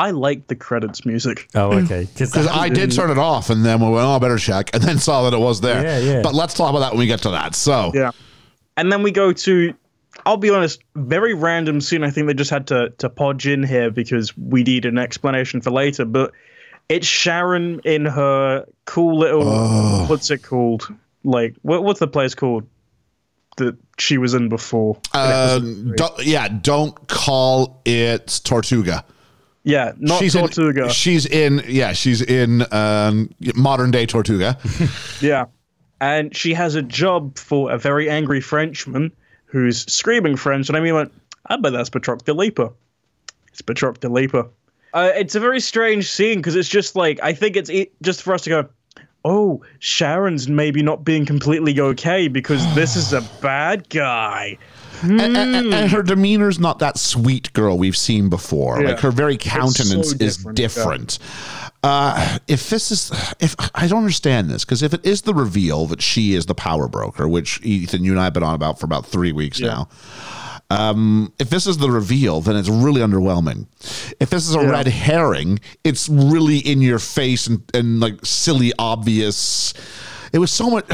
S3: I like the credits music.
S5: Oh, okay.
S4: Because Mm. I did turn it off, and then we went, "Oh, I better check," and then saw that it was there.
S5: Yeah, yeah.
S4: But let's talk about that when we get to that. So,
S3: Yeah. And then we go to, I'll be honest, very random scene. I think they just had to to podge in here because we need an explanation for later. But it's Sharon in her cool little
S4: Oh.
S3: what's it called? Like what, what's the place called that she was in before?
S4: uh, don't, yeah, don't call it Tortuga.
S3: yeah, not Oh, Tortuga.
S4: In, she's in. Yeah, she's in um, modern day Tortuga.
S3: Yeah. And she has a job for a very angry Frenchman who's screaming French. And I mean, went, I bet that's Patrick Delipa. It's Patrick Delipa. Uh, it's a very strange scene because it's just like, I think it's e just for us to go, oh, Sharon's maybe not being completely okay because this is a bad guy.
S4: and, and, and her demeanor's not that sweet girl we've seen before. Like her very countenance is
S3: different, yeah.
S4: different. Uh, if this is, if I don't understand this, because if it is the reveal that she is the power broker, which Ethan, you and I have been on about for about three weeks now. Um, if this is the reveal, then it's really underwhelming. If this is a red herring, it's really in your face and, and like silly, obvious. It was so much.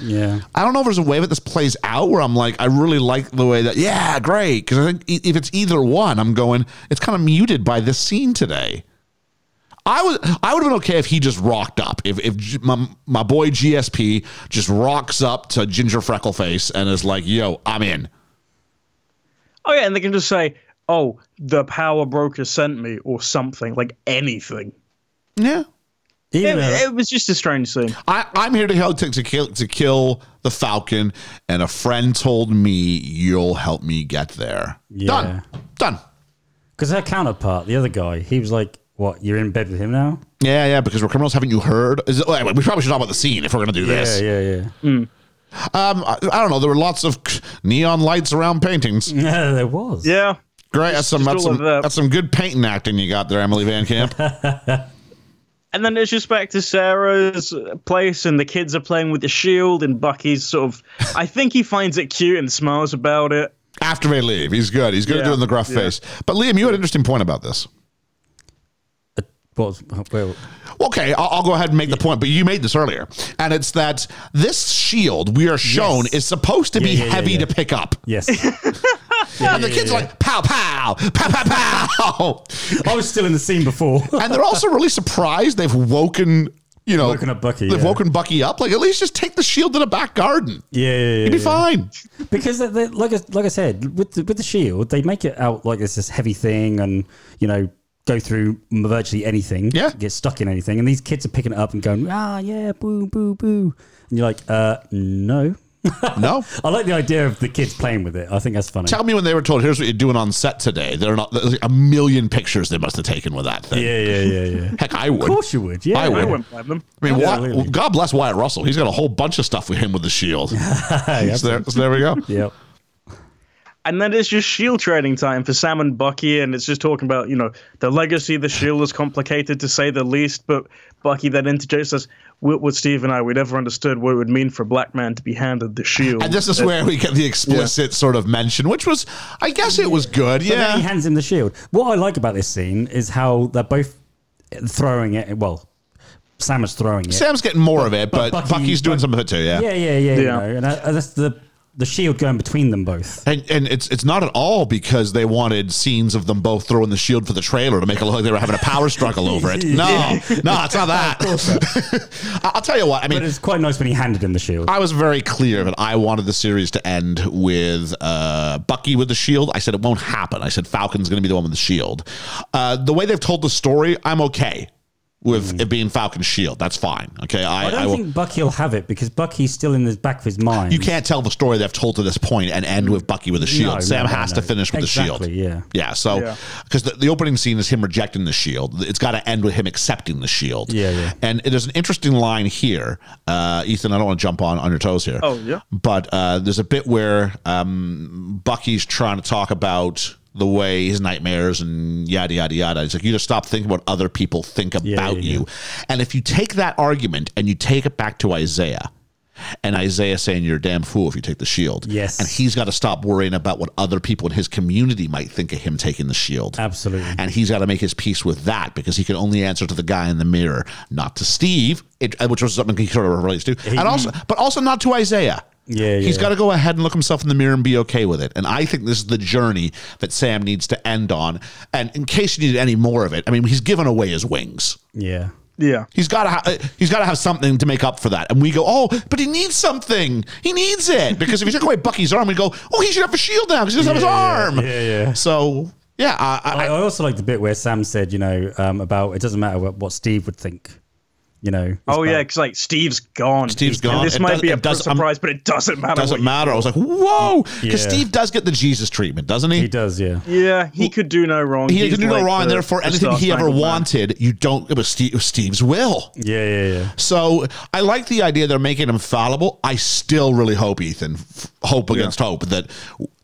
S5: Yeah.
S4: I don't know if there's a way that this plays out where I'm like, I really like the way that, yeah, great. Because I think e- if it's either one, I'm going, it's kind of muted by this scene today. I would I would have been okay if he just rocked up. If if G- my, my boy GSP just rocks up to Ginger Freckleface and is like, yo, I'm in.
S3: Oh, yeah. And they can just say, oh, the power broker sent me or something, like anything.
S4: Yeah.
S5: Even
S3: It,
S5: though-
S3: it was just a strange scene.
S4: I, I'm here to help to, to kill to kill the Falcon, and a friend told me you'll help me get there. Done. Done.
S5: Because her counterpart, the other guy, he was like, "What? You're in bed with him now?"
S4: Yeah, yeah, because we're criminals. Haven't you heard? Is it, wait, wait, we probably should talk about the scene if we're going to do this.
S5: Yeah, yeah,
S4: Um, I, I don't know. There were lots of neon lights around paintings.
S5: yeah. Yeah, there was.
S3: Yeah.
S4: Great. That's some,
S3: just
S4: that's
S3: all
S4: some,
S3: of that.
S4: that's some good painting acting you got there, Emily Van Camp.
S3: And then it's just back to Sarah's place, and the kids are playing with the shield, and Bucky's sort of. I think he finds it cute and smiles about it.
S4: After they leave, he's good. He's good at
S3: Yeah,
S4: doing the gruff face. But Liam, you had an interesting point about this.
S5: What was, well,
S4: Okay, I'll, I'll go ahead and make the point, but you made this earlier, and it's that this shield we are shown
S5: Yes.
S4: is supposed to be
S5: Yeah, yeah, yeah,
S4: heavy
S5: yeah.
S4: to pick up.
S5: Yes.
S4: and the kids are like, pow, pow, pow, pow, pow.
S5: I was still in the scene before.
S4: and they're also really surprised they've woken, you know,
S5: Woken up Bucky,
S4: They've
S5: yeah.
S4: woken Bucky up. Like, at least just take the shield to the back garden.
S5: yeah, yeah, yeah,
S4: You'd be
S5: yeah.
S4: fine.
S5: because they, they, like I- like I said with the, with the shield, they make it out like it's this heavy thing, and you know go through virtually anything,
S4: Yeah.
S5: get stuck in anything, and these kids are picking it up and going, ah, yeah, boo, boo, boo, and you're like, uh, no.
S4: No.
S5: I like the idea of the kids playing with it. I think that's funny.
S4: Tell me when they were told, here's what you're doing on set today. They're not there's like a million pictures they must have taken with that thing.
S5: yeah, yeah, yeah, yeah.
S4: Heck, I would.
S5: of course you would. Yeah,
S4: I
S3: I
S4: would.
S3: wouldn't blame them.
S4: I mean, Wyatt-
S5: Absolutely.
S4: God bless Wyatt Russell. He's got a whole bunch of stuff with him with the shield. so, there, so there we go.
S5: Yep.
S3: And then it's just shield training time for Sam and Bucky, and it's just talking about, you know, the legacy of the shield is complicated to say the least, but Bucky then interjects us, what would Steve and I, we never understood what it would mean for a black man to be handed the shield.
S4: And this is where we get the explicit sort of mention, which was, I guess it was good.
S5: But then he
S4: Yeah.
S5: hands him the shield. What I like about this scene is how they're both throwing it. Well, Sam is throwing it.
S4: Sam's getting more of it, but,
S5: but Bucky-
S4: Bucky's doing
S5: Buck-
S4: some of it too. Yeah.
S5: yeah, yeah, yeah. You
S3: Yeah.
S5: know, and I, I- that's the the shield going between them both.
S4: And, and it's it's not at all because they wanted scenes of them both throwing the shield for the trailer to make it look like they were having a power struggle over it. No, no, it's not that. I- I'll tell you what. I mean,
S5: But it's quite nice when he handed him the shield.
S4: I was very clear that I wanted the series to end with uh, Bucky with the shield. I said it won't happen. I said Falcon's going to be the one with the shield. Uh, the way they've told the story, I'm okay with it being Falcon's shield. That's fine. Okay, I,
S5: Mm. I
S4: I,
S5: don't
S4: will.
S5: think Bucky'll have it because Bucky's still in the back of his mind.
S4: you can't tell the story they've told to this point and end with Bucky with a shield.
S5: No,
S4: Sam
S5: no, no,
S4: has
S5: no.
S4: to finish with the
S5: Exactly,
S4: shield.
S5: yeah.
S4: Yeah. So,
S3: Yeah.
S4: because the, the opening scene is him rejecting the shield, it's got to end with him accepting the shield.
S5: Yeah, yeah.
S4: And there's an interesting line here, uh, Ethan. I don't want to jump on on your toes here.
S3: Oh, yeah.
S4: But uh, there's a bit where um, Bucky's trying to talk about the way his nightmares and yada yada yada. It's like you just stop thinking what other people think about
S5: yeah,
S4: you. And if you take that argument and you take it back to Isaiah, and Isaiah saying you're a damn fool if you take the shield.
S5: Yes.
S4: And he's got to stop worrying about what other people in his community might think of him taking the shield.
S5: Absolutely.
S4: And he's got to make his peace with that because he can only answer to the guy in the mirror, not to Steve, it, uh, which was something he sort of relates to, and also, but also not to Isaiah.
S5: Yeah,
S4: He's
S5: yeah.
S4: got to go ahead and look himself in the mirror and be okay with it. And I think this is the journey that Sam needs to end on. And in case you needed any more of it, I mean, he's given away his wings.
S5: Yeah.
S3: yeah.
S4: He's got to ha- uh, he's got to have something to make up for that. And we go, oh, but he needs something. He needs it because if you took away Bucky's arm, we go, oh, he should have a shield now because he doesn't have his arm.
S5: yeah, yeah.
S4: So yeah, I, I,
S5: I, I also like the bit where Sam said, you know, um, about it doesn't matter what, what Steve would think. You know. it's
S3: Oh,
S5: about-
S3: yeah, because, like, Steve's gone.
S4: Steve's
S3: And
S4: gone.
S3: This
S4: It
S3: might
S4: does-
S3: be a
S4: it does- I'm-
S3: surprise, but it doesn't matter. what
S4: doesn't
S3: you-
S4: matter. I was like, whoa, because
S5: Yeah.
S4: Steve does get the Jesus treatment, doesn't he?
S5: He does, yeah.
S3: yeah, he could do no wrong.
S4: He
S3: He's
S4: can do no
S3: like
S4: wrong, and
S3: the-
S4: therefore
S3: the
S4: anything he ever
S3: Star-Spangled Man.
S4: wanted, you don't. It was, Steve, it was Steve's will.
S5: Yeah, yeah, yeah.
S4: So I like the idea they're making him fallible. I still really hope Ethan, f- hope against hope, that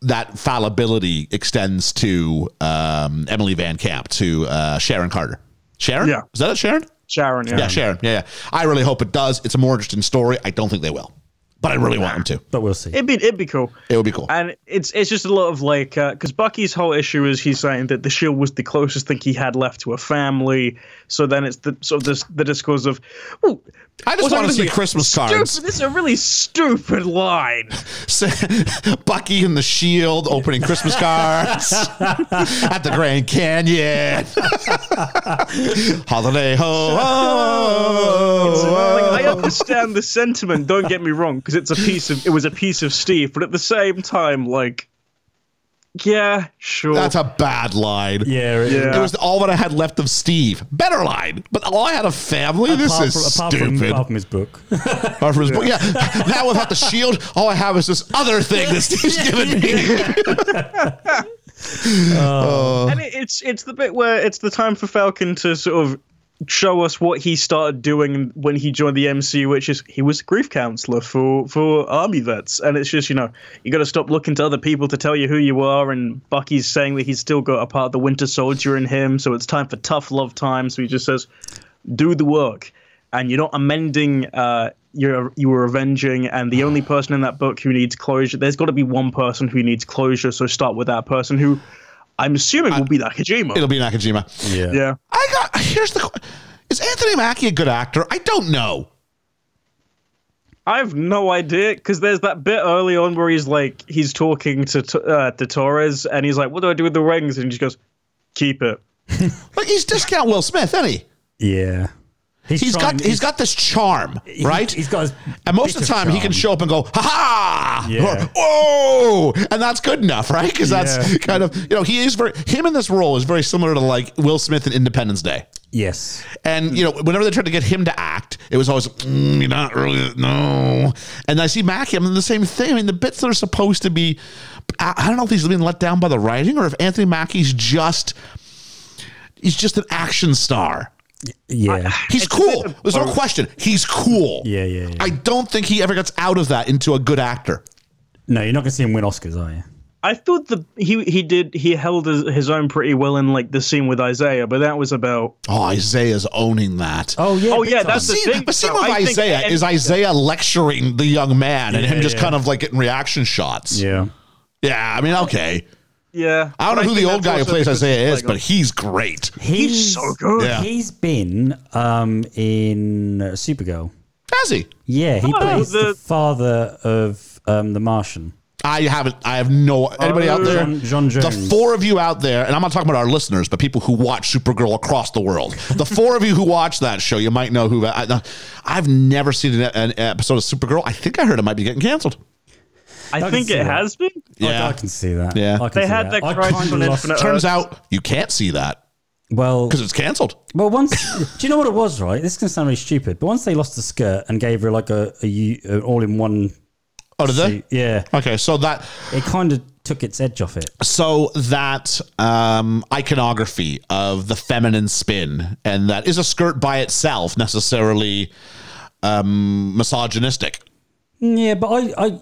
S4: that fallibility extends to um, Emily Van Camp, to uh, Sharon Carter. Sharon,
S3: Yeah.
S4: is that it? Sharon,
S3: Sharon, yeah.
S4: yeah, Sharon, yeah, yeah. I really hope it does. It's a more interesting story. I don't think they will, but I really want them to.
S5: But we'll see.
S3: It'd be it'd be cool.
S4: It would be cool.
S3: And it's it's just a lot of like because Bucky's whole issue is he's saying that the shield was the closest thing he had left to a family. So then it's the sort of this the discourse of, oh,
S4: I just want to see Christmas cards.
S3: This is a really stupid line.
S4: Bucky and the Shield opening Christmas cards at the Grand Canyon. Holiday ho ho.
S3: Like, I understand the sentiment. Don't get me wrong, because it's a piece of it was a piece of Steve, but at the same time, like, yeah, sure.
S4: That's a bad line.
S5: yeah, it-
S3: Yeah.
S4: It was all that I had left of Steve. Better line, but all I had of family. this
S5: Apart
S4: is
S5: from- apart
S4: stupid.
S5: From, apart from his book.
S4: Apart from his book. yeah. Now without the shield, all I have is this other thing that Steve's given me.
S3: And it, it's it's the bit where it's the time for Falcon to sort of show us what he started doing when he joined the MCU, which is he was a grief counselor for for army vets, and it's just you know you got to stop looking to other people to tell you who you are. And Bucky's saying that he's still got a part of the Winter Soldier in him, so it's time for tough love time. So he just says, do the work, and you're not amending. Uh, you're, you were avenging, and the only person in that book who needs closure. There's got to be one person who needs closure, so start with that person who, I'm assuming, will be Nakajima.
S4: It'll be Nakajima.
S5: yeah.
S3: Yeah.
S4: I got. Here's the. que- Is Anthony Anthony Mackie a good actor? I don't know.
S3: I have no idea because there's that bit early on where he's like he's talking to T- uh, to Torres and he's like, "What do I do with the rings?" And he just goes, "Keep it."
S4: Like he's discount Will Smith, isn't he?
S5: Yeah.
S4: He's
S5: trying-
S4: got he's got this charm,
S5: he's-
S4: right?
S5: He's got. his
S4: and most of the
S5: bit
S4: time, he can
S5: charm.
S4: show up and go, ha ha,
S5: Yeah.
S4: or whoa, and that's good enough, right? Because that's
S5: Yeah.
S4: kind of, you know, he is very, him in this role is very similar to like Will Smith in Independence Day.
S5: Yes.
S4: And, you know, whenever they tried to get him to act, it was always, "Mm, you're not really, no. And I see Mackie, I'm in the same thing. I mean, the bits that are supposed to be, I, I don't know if he's being let down by the writing or if Anthony Mackie's just, he's just an action star.
S5: Yeah.
S4: He's cool. There's no question. He's cool.
S5: Yeah, yeah, yeah.
S4: I don't think he ever gets out of that into a good actor.
S5: no, you're not going to see him win Oscars, are you?
S3: I thought the he he did he held his, his own pretty well in like the scene with Isaiah, but that was about.
S4: Oh, Isaiah's owning that.
S5: Oh yeah.
S3: Oh
S5: big
S3: yeah,
S5: time.
S3: that's the
S4: See,
S3: thing.
S4: but see
S3: though.
S4: with
S3: I think
S4: Isaiah
S3: any-
S4: is Isaiah lecturing the young man and him
S5: Yeah,
S4: just
S5: yeah.
S4: kind of like getting reaction shots.
S5: Yeah.
S4: Yeah, I mean, okay.
S3: yeah.
S4: I don't
S3: But
S4: know who
S3: think
S4: the old
S3: that's
S4: guy who
S3: also
S4: plays
S3: because
S4: Isaiah
S3: it's
S4: is,
S3: like,
S4: but he's great.
S5: He's,
S3: so good.
S4: Yeah.
S5: He's been um, in uh, Supergirl.
S4: Has he?
S5: Yeah, he
S3: Oh,
S5: plays the,
S3: the-
S5: father of um, the Martian.
S4: I haven't. I have no. Anybody out there?
S5: Oh, John- John
S4: The
S5: Jones.
S4: four of you out there, and I'm not talking about our listeners, but people who watch Supergirl across the world. The four of you who watch that show, you might know who. I, I've never seen an, an episode of Supergirl. I think I heard it might be getting canceled.
S3: I
S5: can
S3: think
S5: see
S3: it
S5: that.
S3: has been.
S5: I,
S4: Yeah.
S5: I can see that.
S4: Yeah.
S5: I can
S3: They
S5: see
S3: had
S5: that.
S3: that
S5: I
S3: crisis
S5: kind of
S3: on
S5: lost.
S3: Infinite
S4: Turns out you can't see that
S5: Well,
S4: because it's canceled.
S5: well, once do you know what it was? Right, this is gonna sound really stupid, but once they lost the skirt and gave her like a, a, u- an all-in-one,
S4: Oh, did they?
S5: suit, yeah,
S4: Okay, so that
S5: it kind of took its edge off it.
S4: so that um, iconography of the feminine spin, and that is a skirt by itself necessarily um, misogynistic.
S5: Yeah, but I, I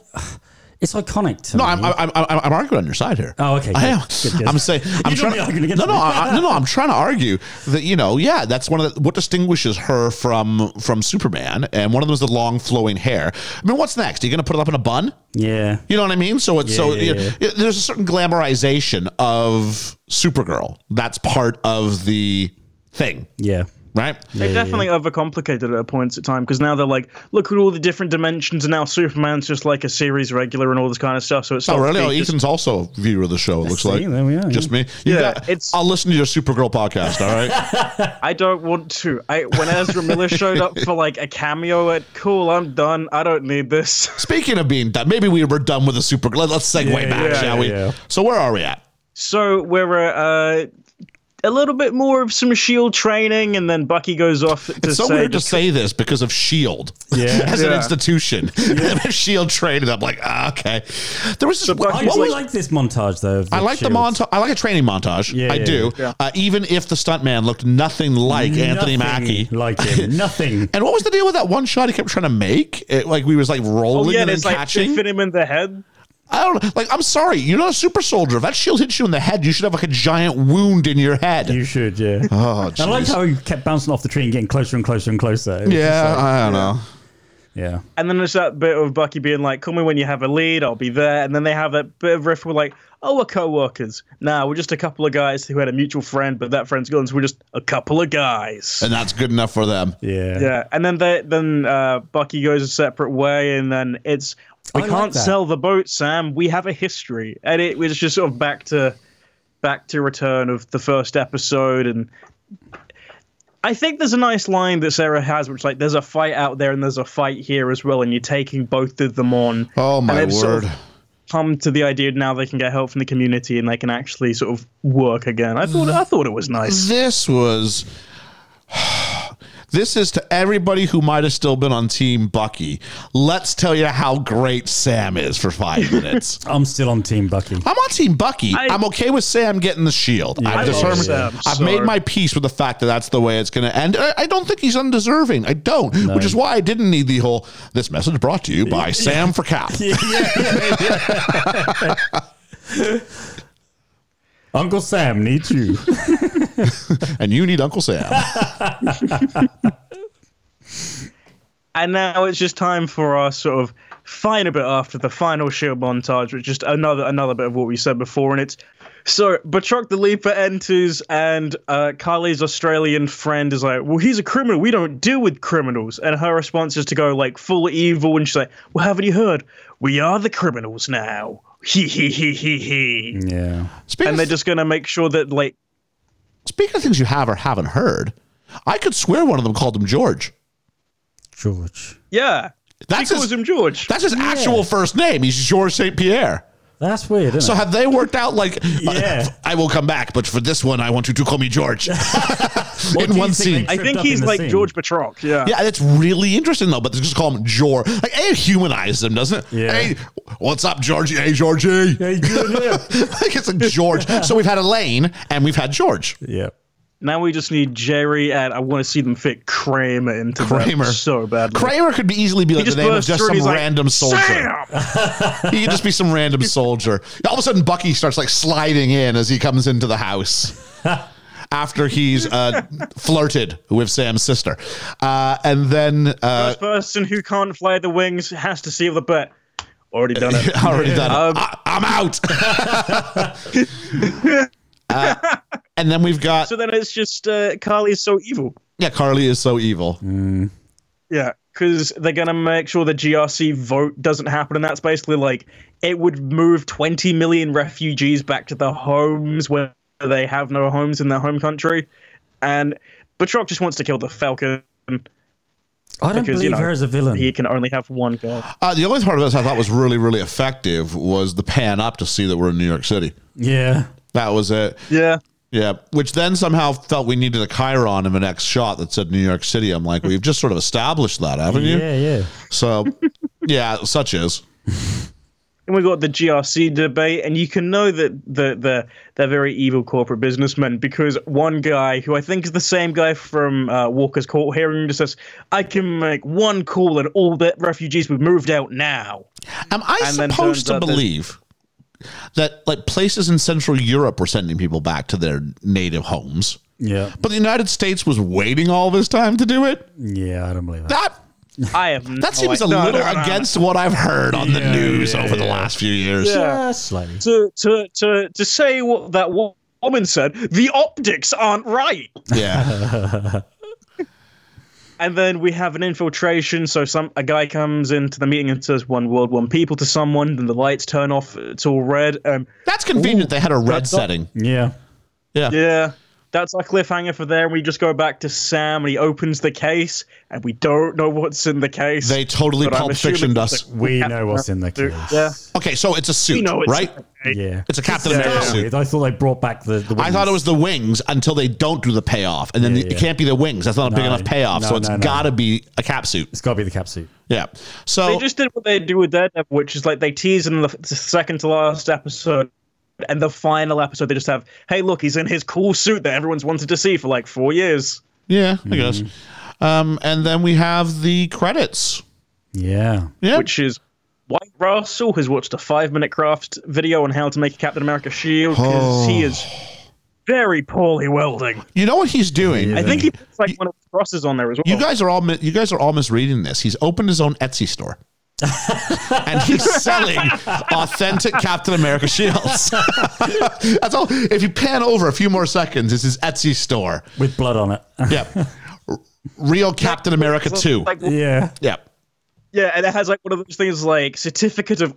S5: it's iconic to
S4: No,
S5: me.
S4: I'm, I'm, I'm, I'm arguing on your side here.
S5: Oh, okay,
S4: I
S5: good,
S4: am.
S5: good, good.
S4: I'm saying I'm
S5: You don't
S4: trying.
S5: be arguing against
S4: no, no,
S5: me.
S4: I, no, no. I'm trying to argue that you know, yeah, that's one of the, what distinguishes her from from Superman, and one of them is the long flowing hair. I mean, what's next? Are you going to put it up in a bun?
S5: yeah,
S4: You know what I mean? So it's so
S5: yeah,
S4: you- there's a certain glamorization of Supergirl. That's part of the thing,
S5: yeah,
S4: right?
S3: They definitely overcomplicated it at points at time because now they're like, look at all the different dimensions, and now Superman's just like a series regular and all this kind of stuff. So it's
S4: Oh,
S3: not
S4: really? Oh,
S3: big, just-
S4: Ethan's also a viewer of the show. It looks
S5: see,
S4: like
S5: there we are,
S4: Just
S5: yeah.
S4: me. You
S3: Yeah,
S4: got-
S3: it's-
S4: I'll listen to your Supergirl podcast. All right.
S3: I don't want to. I when Ezra Miller showed up for like a cameo, at cool, I'm done. I don't need this.
S4: Speaking of being done, maybe we were done with the super. Let, us segue
S5: Yeah,
S4: back,
S5: yeah,
S4: shall we?
S5: yeah.
S4: So where are we at?
S3: So we're uh, a little bit more of some Shield E training, and then Bucky goes off to
S4: It's so
S3: say,
S4: weird to say this because of Shield
S5: Yeah.
S4: E as an
S3: Yeah.
S4: institution. Shield training. I'm like, ah, okay. There was this. what
S5: I
S4: was-
S5: do like this montage though. of
S4: I like the
S5: shields.
S4: montage. I like a training montage.
S5: Yeah,
S4: I
S5: yeah,
S4: do. Uh, even if the stuntman looked nothing like Anthony
S5: Nothing
S4: Mackie.
S5: like him, nothing.
S4: And what was the deal with that one shot he kept trying to make? It, like we was like rolling
S3: oh, yeah, and
S4: and then
S3: it's like
S4: catching.
S3: they hit him in the head.
S4: I don't know. Like I'm sorry, you're not a super soldier. If that shield E hits you in the head, you should have like a giant wound in your head.
S5: You should, yeah.
S4: oh,
S5: I like
S4: jeez.
S5: how he kept bouncing off the tree and getting closer and closer and closer. It was
S4: Yeah, I don't know.
S5: just- yeah.
S3: And then there's that bit of Bucky being like, "Call me when you have a lead, I'll be there." And then they have that bit of riff with like, "Oh, we're co-workers. Nah, we're just a couple of guys who had a mutual friend, but that friend's gone, so we're just a couple of guys."
S4: And that's good enough for them.
S5: Yeah.
S3: yeah, and then they, then uh, Bucky goes a separate way, and then it's we
S5: I like
S3: can't
S5: that.
S3: sell the boat, Sam. We have a history, and it was just sort of back to back to return of the first episode, and I think there's a nice line that Sarah has, which like there's a fight out there and there's a fight here as well, and you're taking both of them on.
S4: Oh
S3: And
S4: my
S3: they've sort of
S4: word.
S3: Come to the idea now they can get help from the community and they can actually sort of work again. I thought I thought it was nice.
S4: This was. This is to everybody who might have still been on Team Bucky. Let's tell you how great Sam is for five minutes.
S5: I'm still on Team Bucky.
S4: I'm on Team Bucky. I,
S3: I-
S4: am okay with Sam getting the shield. I've
S3: I love
S4: determined.
S3: Sam,
S4: I've
S3: so-
S4: made my peace with the fact that that's the way it's going to end. I, I don't think he's undeserving. I don't, which is why I didn't need the whole. This message brought to you by Sam for Cap.
S5: Uncle Sam needs you.
S4: and you need Uncle Sam.
S3: And now it's just time for our sort of fine a bit after the final shield montage, which is just another another bit of what we said before, and it's so Batroc the Leaper enters, and uh, Kylie's Australian friend is like, "Well, he's a criminal. We don't deal with criminals." And her response is to go like full evil, and she's like, "Well, haven't you heard? We are the criminals now." He he he he he.
S5: Yeah.
S4: Speaking,
S3: And they're just gonna make sure that like
S4: speaking of things you have or haven't heard, I could swear one of them called him George.
S5: George.
S3: yeah,
S4: That's
S3: she calls
S4: his-
S3: him George.
S4: That's his actual first name. He's George St. Pierre.
S5: That's weird, isn't
S4: So
S5: it?
S4: have they worked out like
S5: Yeah.
S4: I will come back, but for this one I want you to call me George.
S5: What do
S4: in
S5: you
S4: one
S5: think
S4: scene.
S5: they-
S3: I
S5: tripped
S3: think
S5: up in
S3: he's
S5: the
S3: like
S5: scene.
S3: George Batroc. Yeah.
S4: yeah, that's really interesting though, but they just call him George. Like A, it humanizes him, doesn't it?
S5: Yeah.
S4: Hey, what's up, Georgie? Hey, Georgie.
S5: Hey, Junior.
S4: like it's a George. So we've had Elaine and we've had George.
S5: yep.
S3: Now we just need Jerry, and I want to see them fit Kramer into
S4: Kramer.
S3: that so badly.
S4: Kramer could be easily be like the name of
S3: bursts
S4: just
S3: through and
S4: some
S3: he's like,
S4: random soldier.
S3: "Sam!"
S4: He could just be some random soldier. All of a sudden, Bucky starts like sliding in as he comes into the house after he's uh, flirted with Sam's sister, uh, and then uh,
S3: First person who can't fly the wings has to seal the bet. Already done it.
S4: already done. it. Ah.
S3: Um,
S4: I, I'm out. Uh, and then we've got
S3: so then it's just uh, Carly is so evil.
S4: yeah, Carly is so evil.
S3: Yeah, because they're gonna make sure the GRC vote doesn't happen, and that's basically like it would move 20 million refugees back to their homes where they have no homes in their home country, and Batroc just wants to kill the Falcon.
S5: I don't
S3: Because,
S5: believe
S3: you know,
S5: her as a villain.
S3: He can only have one girl.
S4: Uh, the only part of this I thought was really, really effective was the pan up to see that we're in New York City.
S5: yeah.
S4: That was it.
S3: Yeah.
S4: Yeah, which then somehow felt we needed a Chiron in the next shot that said New York City. I'm like, we've just sort of established that, haven't you?
S5: Yeah, yeah.
S4: So, yeah, such is.
S3: And we've got the GRC debate, and you can know that the, the, they're very evil corporate businessmen because one guy, who I think is the same guy from uh, Walker's court hearing, just says, I can make one call and all the refugees we've moved out now.
S4: Am I
S3: And then
S4: supposed
S3: turns
S4: to
S3: out there's-
S4: believe that like places in Central Europe were sending people back to their native homes,
S5: Yeah.
S4: but the United States was waiting all this time to do it?
S5: Yeah, I don't believe that.
S4: That
S3: I have no
S4: that seems a
S3: idea. No,
S4: little
S3: no, no, no.
S4: against what I've heard on the
S5: Yeah,
S4: news
S5: yeah,
S4: over the
S5: yeah.
S4: last few years.
S3: Yeah.
S5: Just slightly.
S3: To, to, to, to say what that wo- woman said, the optics aren't right.
S4: yeah.
S3: And then we have an infiltration. So some a guy comes into the meeting and says "One World, One People" to someone. Then the lights turn off. It's all red. Um,
S4: That's convenient. they had a red setting.
S5: Yeah.
S3: yeah, that's our cliffhanger for there. We just go back to Sam, and he opens the case, and we don't know what's in the case.
S4: They totally
S3: But I'm
S4: Pulp
S3: assuming
S4: Fictioned
S3: it's
S4: us.
S3: a-
S5: We know what's in the
S3: Dude,
S5: case.
S3: yeah.
S4: Okay, so it's a suit,
S3: We know it's
S4: right?
S5: Yeah.
S4: It's a Captain America
S5: That's
S4: suit.
S5: weird. I thought they brought back the. the
S4: I thought it was the wings until they don't do the payoff, and then
S5: Yeah,
S4: the-
S5: yeah.
S4: it can't be the wings. That's not a big
S5: No,
S4: enough payoff,
S5: no,
S4: so it's
S5: no, no.
S4: got to be a cap suit.
S5: It's got to be the cap suit.
S4: Yeah. So
S3: They just did what they do with Daredevil, which is like they tease in the f- the second to last episode. And the final episode, they just have, hey, look, he's in his cool suit that everyone's wanted to see for like four years.
S4: yeah,
S5: Mm-hmm.
S4: I guess. Um, and then we have the credits.
S5: Yeah.
S4: Yeah.
S3: which is White Russell has watched a five minute craft video on how to make a Captain America shield because
S4: Oh.
S3: he is very poorly welding.
S4: you know what he's doing?
S3: I Oh. think he puts like one of the crosses on there as well.
S4: You guys are all mi- you guys are all misreading this. He's opened his own Etsy store. and he's selling authentic Captain America shields. That's all. If you pan over a few more seconds, it's his Etsy store.
S5: With blood on it.
S4: Yep. R- Real Captain America 2.
S3: Like,
S5: yeah.
S4: Yep.
S3: yeah, and it has like one of those things like certificate of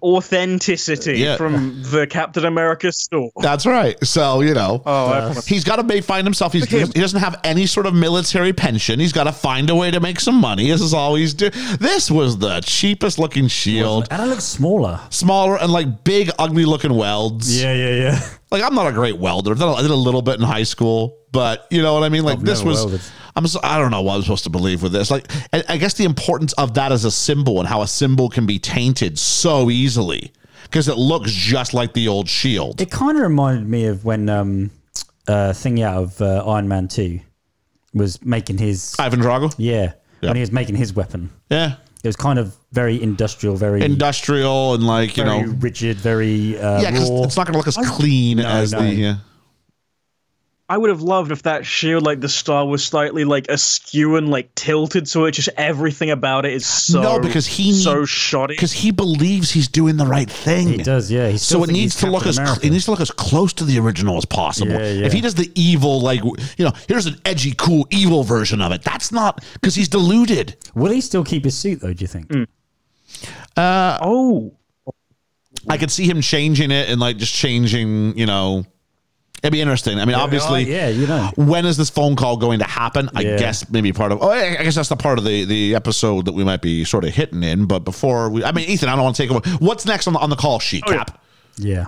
S3: authenticity
S4: Yeah.
S3: from the Captain America store.
S4: That's right. So you know,
S3: Oh, everyone-
S4: he's got to make, find himself. He's, He doesn't have any sort of military pension. He's got to find a way to make some money. This is all he's do. This was the cheapest looking shield,
S5: And it looks smaller.
S4: smaller and like big, ugly looking welds.
S5: Yeah, yeah, yeah.
S4: Like I'm not a great welder. I've done- I did a little bit in high school, but you know what I mean. Like this
S5: never
S4: was.
S5: welded.
S4: I'm. So, I don't know what I'm supposed to believe with this. Like I, I guess the importance of that as a symbol and how a symbol can be tainted so easily because it looks just like the old shield.
S5: It kind of reminded me of when um, uh, Thing out of uh, Iron Man 2 was making his.
S4: Ivan Drago.
S5: yeah.
S4: Yeah.
S5: When he was making his weapon.
S4: Yeah.
S5: It was kind of very industrial, very.
S4: industrial and like you
S5: very
S4: know
S5: rigid, very uh,
S4: yeah 'cause
S5: raw.
S4: uh, it's not gonna look as clean as
S5: no.
S4: the yeah
S3: I would have loved if that shield, like the star, was slightly like askew and like tilted, so it just everything about it is so
S4: no, because he
S3: so
S4: need-
S3: shoddy.
S4: because he believes he's doing the right thing.
S5: He does, yeah. He still
S4: so it
S5: thinks
S4: needs
S5: he's
S4: to look
S5: Captain
S4: as
S5: America.
S4: it needs to look as close to the original as possible.
S5: Yeah, yeah.
S4: If he does the evil, like w- you know, here's an edgy, cool, evil version of it. That's not because he's deluded.
S5: Will he still keep his suit though? Do you think?
S3: Oh,
S4: I could see him changing it and like just changing. You know, it'd be interesting. I mean, obviously,
S5: Oh, yeah, you know.
S4: when is this phone call going to happen? I
S5: Yeah.
S4: guess maybe part of. Oh, I I guess that's the part of the the episode that we might be sort of hitting in. But before we, I mean, Ethan, I don't want to take over. What's next on the on the call sheet,
S3: Oh, yeah.
S4: Cap?
S5: Yeah.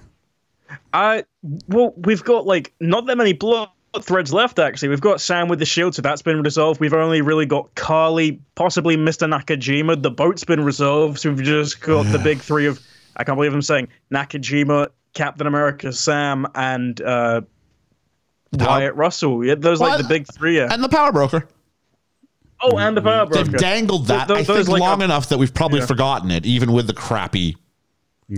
S3: I well, we've got like not that many plot threads left. Actually, we've got Sam with the shield, so that's been resolved. We've only really got Carly, possibly Mister Nakajima. The boat's been resolved, so we've just got the big three of I can't believe I'm saying Nakajima, Captain America, Sam, and uh, Wyatt Russell. Yeah, those like
S4: Well,
S3: the big three. Yeah.
S4: And the power broker.
S3: oh, and the power broker.
S4: They've dangled that
S3: Th-
S4: I
S3: th- those,
S4: think
S3: like,
S4: long
S3: up-
S4: enough that we've probably forgotten it, even with the crappy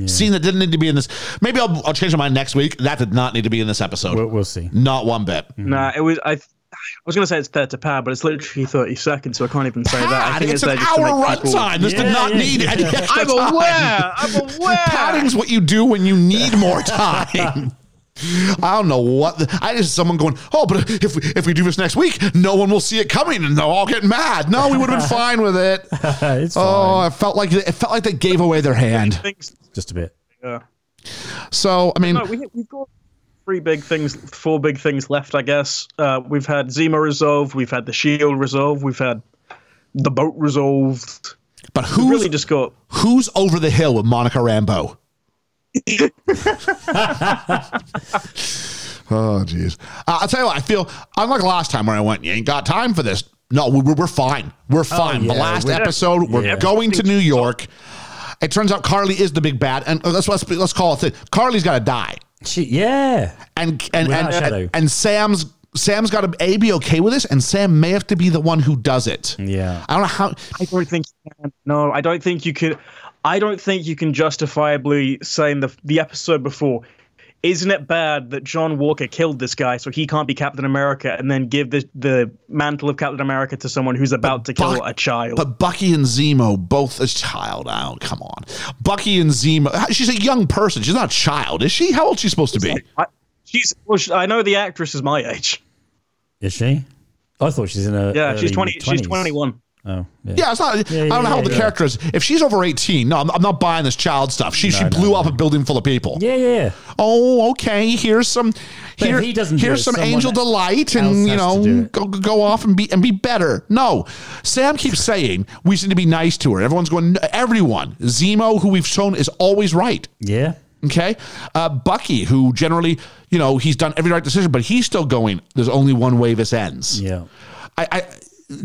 S4: scene that didn't need to be in this. Maybe I'll, I'll change my mind next week. That did not need to be in this episode.
S5: We'll, we'll see.
S4: not one bit.
S3: Nah, it was I. th- I was gonna say it's third to pad, but it's literally thirty seconds, so I can't even say that. I
S4: Pad,
S3: think
S4: Ah,
S3: it's,
S4: it's an
S3: there just to
S4: hour
S3: make
S4: runtime.
S3: people-
S4: This did
S5: Yeah,
S4: not
S5: yeah,
S4: need
S5: yeah.
S4: any extra
S3: I'm
S4: time.
S3: aware. I'm aware.
S4: Padding's what you do when you need more time. I don't know what the, I just someone going. Oh, but if we, if we do this next week, no one will see it coming, and they'll all get mad. No, we would have been fine with it.
S5: it's
S4: Oh,
S5: fine.
S4: I felt like it felt like they gave away their hand.
S3: Things-
S5: Just a bit.
S3: yeah.
S4: So I mean,
S3: No, we, we've got three big things, four big things left, I guess. Uh, we've had Zima resolved, we've had the shield resolved, we've had the boat resolved.
S4: but
S3: We
S4: who's
S3: really just got
S4: who's over the hill with Monica Rambeau? oh, jeez. Uh, I'll tell you what, I feel, unlike last time where I went, you ain't got time for this. No, we, we're we're fine. We're fine. The
S5: yeah,
S4: last
S5: we-
S4: episode, Oh, we're
S5: Yeah.
S4: going to New York. It turns out Carly is the big bad, and let's let's, let's call it. That. Carly's got to die,
S5: She, yeah.
S4: and and
S5: Without
S4: and,
S5: shadow.
S4: and Sam's Sam's got to a be okay with this, and Sam may have to be the one who does it.
S5: Yeah.
S4: I don't know how.
S3: I don't think you can. No, I don't think you can. I don't think you can justifiably say in the the episode before. Isn't it bad that John Walker killed this guy so he can't be Captain America and then give the, the mantle of Captain America to someone who's about to kill
S4: Buck-
S3: a child?
S4: But Bucky and Zemo, both a child. Oh, come on. Bucky and Zemo. She's a young person. She's not a child, is she? How old is she supposed to be?
S3: I, she's, well, she, I know the actress is my age.
S5: Is she? I thought she's in a.
S3: Yeah, she's
S5: early
S3: 20. She's
S5: 20s.
S3: 21.
S5: Oh, yeah.
S4: Yeah, it's not. I
S5: Yeah,
S4: don't know
S5: yeah,
S4: how old the
S5: yeah.
S4: character is. If she's over 18, no, I'm, I'm not buying this child stuff. She, she blew up a building full of people.
S5: Yeah, yeah.
S4: Oh, okay. Here's some.
S5: But if
S4: Here,
S5: he doesn't do
S4: here's
S5: it,
S4: some
S5: someone
S4: angel delight,
S5: else
S4: and you
S5: has to do
S4: know,
S5: it.
S4: go, go off and be and be better. No, Sam keeps saying we need to be nice to her. Everyone's going. Everyone, Zemo, who we've shown is always right.
S5: Yeah.
S4: Okay. Uh, Bucky, who generally, you know, he's done every right decision, but he's still going, there's only one way this ends.
S5: Yeah.
S4: I, I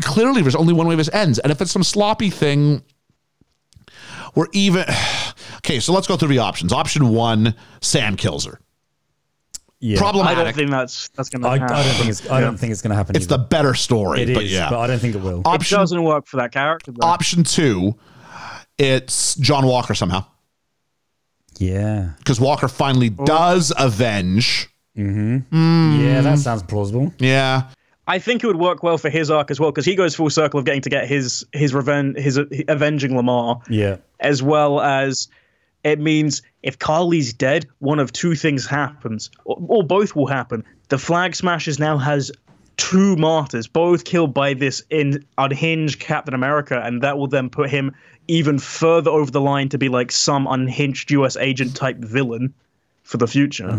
S4: clearly there's only one way this ends. And if it's some sloppy thing, we're even Okay, so let's go through the options. Option one, Sam kills her.
S5: Yeah.
S3: I don't
S4: Problematic.
S3: think that's that's gonna
S5: I, I
S3: happen.
S5: don't think it's. I don't think it's going to happen.
S4: It's the
S5: either.
S4: better story.
S5: It is,
S4: but yeah. Oh.
S5: I don't think it will.
S3: it
S4: option
S3: doesn't work for that character. Though.
S5: Uh,
S4: option two, it's John Walker somehow.
S5: yeah.
S4: Because Walker finally
S5: Oh.
S4: does avenge.
S5: Yeah, that sounds plausible.
S4: Yeah.
S3: I think it would work well for his arc as well because he goes full circle of getting to get his his revenge his, uh, avenging Lamar
S5: Yeah.
S3: as well as it means if Carly's dead, one of two things happens or, or both will happen. The Flag Smashers now has two martyrs, both killed by this in unhinged Captain America, and that will then put him even further over the line to be like some unhinged U.S. agent type villain for the future.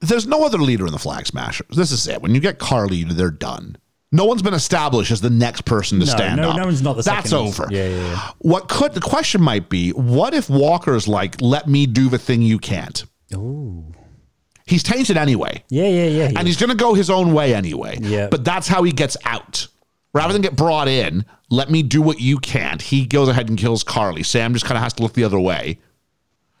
S4: there's no other leader in the Flag Smashers. This is it. When you get Carly, they're done. No one's been established as the next person to
S5: No,
S4: stand
S5: no,
S4: up.
S5: no one's not the
S4: That's
S5: second.
S4: over.
S5: Yeah, yeah, yeah.
S4: What could the question might be? What if Walker's like, "Let me do the thing you can't."
S5: Oh.
S4: He's tainted anyway,
S5: Yeah, yeah, yeah.
S4: and he's going to go his own way anyway.
S5: Yeah.
S4: But that's how he gets out. Rather than get brought in, let me do what you can't. He goes ahead and kills Carly. Sam just kind of has to look the other way.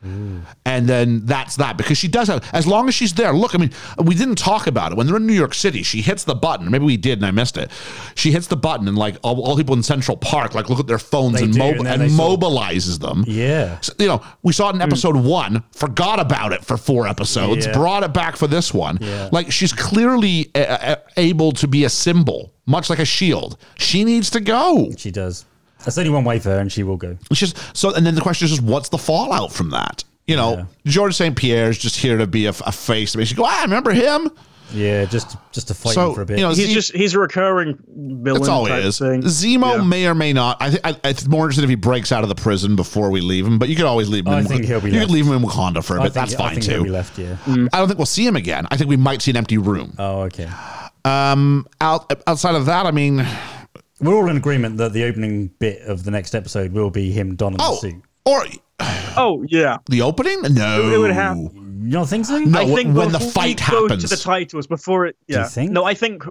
S5: Mm.
S4: And then that's that because she does have, as long as she's there. Look, I mean, we didn't talk about it. When they're in New York City, she hits the button. Maybe we did and I missed it. She hits the button and, like, all, all people in Central Park, like, look at their phones
S5: They
S4: and,
S5: do,
S4: mobi-
S5: and then
S4: and,
S5: they sort of-
S4: mobilizes them.
S5: Yeah.
S4: So, you know, we saw it in episode one, forgot about it for four episodes,
S5: Hmm. Yeah.
S4: brought it back for this one.
S5: Yeah.
S4: Like she's clearly uh, able to be a symbol, much like a shield. She needs to go.
S5: She does. That's only one way for her, and she will go.
S4: It's just so, and then the question is just what's the fallout from that? You know, George St. Pierre is just here to be a, a face to make you go, ah, I remember him.
S5: Yeah, just just to fight
S4: So,
S5: him for a bit.
S4: you know,
S3: He's
S4: Z-
S3: just he's a recurring villain.
S4: That's all
S3: type
S4: it is.
S3: Thing.
S4: Zemo
S3: Yeah.
S4: may or may not. I, th- I, I- it's more interested if he breaks out of the prison before we leave him. But you could always leave him.
S5: Oh, I
S4: in,
S5: think he'll be
S4: You
S5: left.
S4: could leave him in Wakanda for a
S5: I
S4: bit.
S5: think-
S4: That's
S5: I
S4: fine
S5: think
S4: too.
S5: he'll be left. Yeah.
S4: I don't think we'll see him again. I think we might see an empty room.
S3: Uh.
S4: Um,
S5: Oh, okay.
S4: Out, outside of that, I mean,
S5: We're all in agreement that the opening bit of the next episode will be him donning the
S4: oh,
S5: suit.
S4: or
S3: Oh yeah.
S4: the opening? No,
S3: It would happen.
S5: You don't think so?
S4: No,
S3: I think
S4: when the
S3: before
S4: fight
S3: we go
S4: happens.
S3: to the titles before it. Yeah.
S5: think?
S3: No, I think.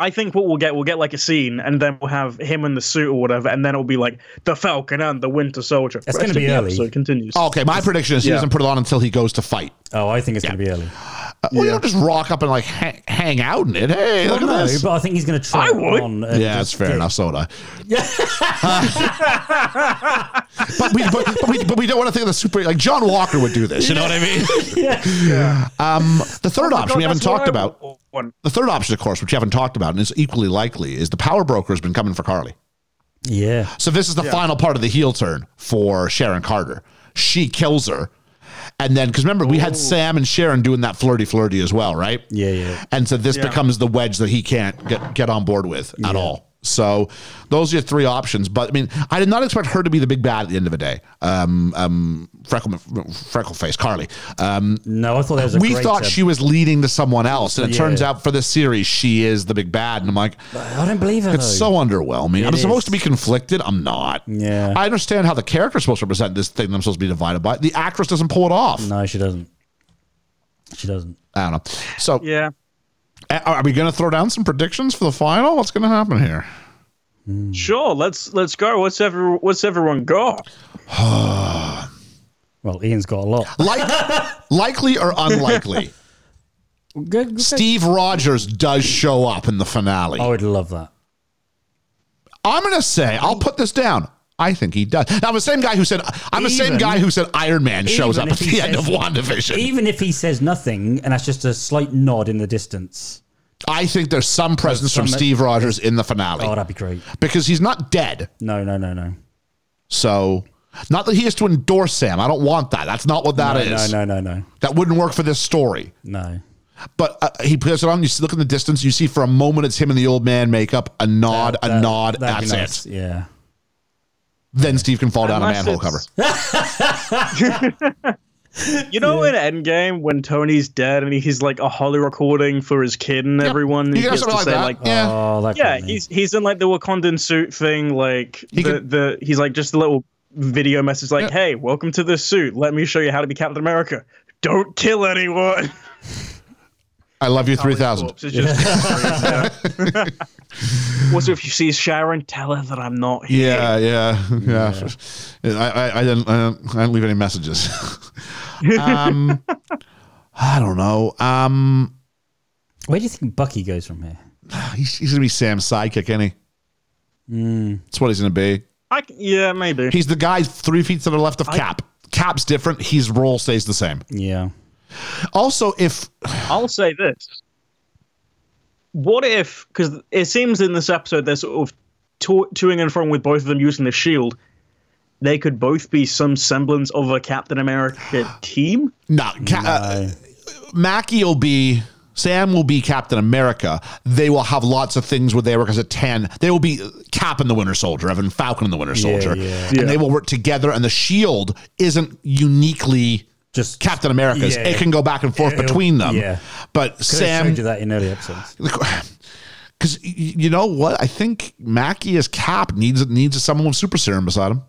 S3: I think what we'll get, we'll get like a scene, and then we'll have him in the suit or whatever, and then it'll be like the Falcon and the Winter Soldier.
S5: It's gonna
S3: Rest of
S5: be
S3: the
S5: early.
S3: episode continues.
S4: Okay, my prediction is he
S3: Yeah.
S4: doesn't put it on until he goes to fight.
S5: Oh, I think it's going to be early.
S4: Uh, Well, you don't just rock up and like hang, hang out in it. Hey, look
S5: No,
S4: at this.
S5: but I think he's going to try
S3: I would.
S5: on. uh,
S4: Yeah, that's
S5: just
S4: fair
S5: get-
S4: enough. So would I. but, we, but, but we but we don't want to think of the super like John Walker would do this. You know what I mean? Um, the third option we
S3: Oh God,
S4: haven't
S3: that's what
S4: talked
S3: I
S4: about.
S3: want.
S4: The third option, of course, which you haven't talked about, and is equally likely, is the power broker has been coming for Carly.
S5: Yeah.
S4: So this is the final part of the heel turn for Sharon Carter. She kills her. And then, because remember, we had Sam and Sharon doing that flirty flirty as well, right?
S5: Oh. Yeah, yeah.
S4: And so this becomes the wedge that he can't get, get on board with at all. So those are your three options. But I mean, I did not expect her to be the big bad at the end of the day. Um, um, freckle, freckle face, Carly. Um,
S5: No, I thought that was a
S4: we
S5: great,
S4: thought
S5: uh,
S4: she was leading to someone else, and it
S5: Yeah.
S4: turns out for this series she is the big bad. And I'm like,
S5: I don't believe her.
S4: it's so
S5: though.
S4: underwhelming. I'm
S5: Oh, It
S4: supposed
S5: is.
S4: to be conflicted. I'm not.
S5: Yeah.
S4: I understand how the character's supposed to represent this thing that I'm supposed to be divided by. The actress doesn't pull it off.
S5: No, she doesn't. She doesn't.
S4: I don't know. So,
S3: Yeah.
S4: a- are we going to throw down some predictions for the final? What's going to happen here?
S3: Sure. Let's let's go. What's every what's everyone got?
S5: Well, Ian's got a lot.
S4: Like, likely or unlikely?
S5: Good.
S4: Steve Rogers does show up in the finale.
S5: I would love that.
S4: I'm going to say, I'll put this down. I think he does. Now, I'm the same guy who said, I'm the same
S5: Even-
S4: guy who said Iron Man shows
S5: even
S4: up at
S5: if he
S4: the end of
S5: says-
S4: WandaVision.
S5: Even if he says nothing, and that's just a slight nod in the distance.
S4: I think there's some presence from
S5: some-
S4: Steve Rogers in the finale
S5: Oh, that'd be great.
S4: because he's not dead.
S5: No, no, no, no.
S4: So, not that he has to endorse Sam. I don't want that. That's not what that is.
S5: No, no, no, no,
S4: That wouldn't work for this story.
S5: no.
S4: But uh, he puts it on. You see, look in the distance. You see for a moment it's him and the old man makeup. A nod, a
S5: That-
S4: nod.
S5: that'd be
S4: That's
S5: nice.
S4: it.
S5: Yeah.
S4: Then Steve can fall down a
S3: Unless
S4: manhole cover.
S3: it's- you know, in Endgame, when Tony's dead and he's like a hollow recording for his kid and everyone,
S4: You
S3: he
S4: got
S3: gets to
S4: something like
S3: say like,
S4: that.
S3: uh,
S4: yeah.
S5: Oh, that.
S3: yeah,
S5: got me.
S3: he's he's in like the Wakandan suit thing. Like
S4: He
S3: the,
S4: could-
S3: the he's like just a little video message like, "Hey, welcome to this suit. Let me show you how to be Captain America. Don't kill anyone."
S4: I love you, three thousand.
S3: It's just- also, if you see Sharon, tell her that I'm not here.
S4: Yeah, yeah, yeah. I, I, I didn't, I didn't, I didn't leave any messages. um, I don't know. Um,
S5: Where do you think Bucky goes from here?
S4: he's, he's gonna be Sam's sidekick, ain't he?
S5: Hmm.
S4: That's what he's gonna be.
S3: I c yeah, maybe.
S4: He's the guy three feet to the left of Cap. Cap's different. His role stays the same.
S5: Yeah.
S4: Also, if
S3: I'll say this. What if, because it seems in this episode they're sort of to- toing and froing with both of them using the shield, they could both be some semblance of a Captain America team?
S4: no, Ca- uh, Mackie will be. Sam will be Captain America. They will have lots of things where they work as a 10. They will be Cap and the Winter Soldier, Evan Falcon and the Winter Soldier.
S5: yeah.
S4: And they will work together, and the shield E isn't uniquely
S5: Just
S4: Captain America's.
S5: Yeah.
S4: It can go back and forth
S5: It'll-
S4: between them.
S5: yeah.
S4: But
S5: Could have
S4: Sam
S5: showed you that in early episodes.
S4: Because you know what? I think Mackie as Cap needs needs someone with super serum beside him.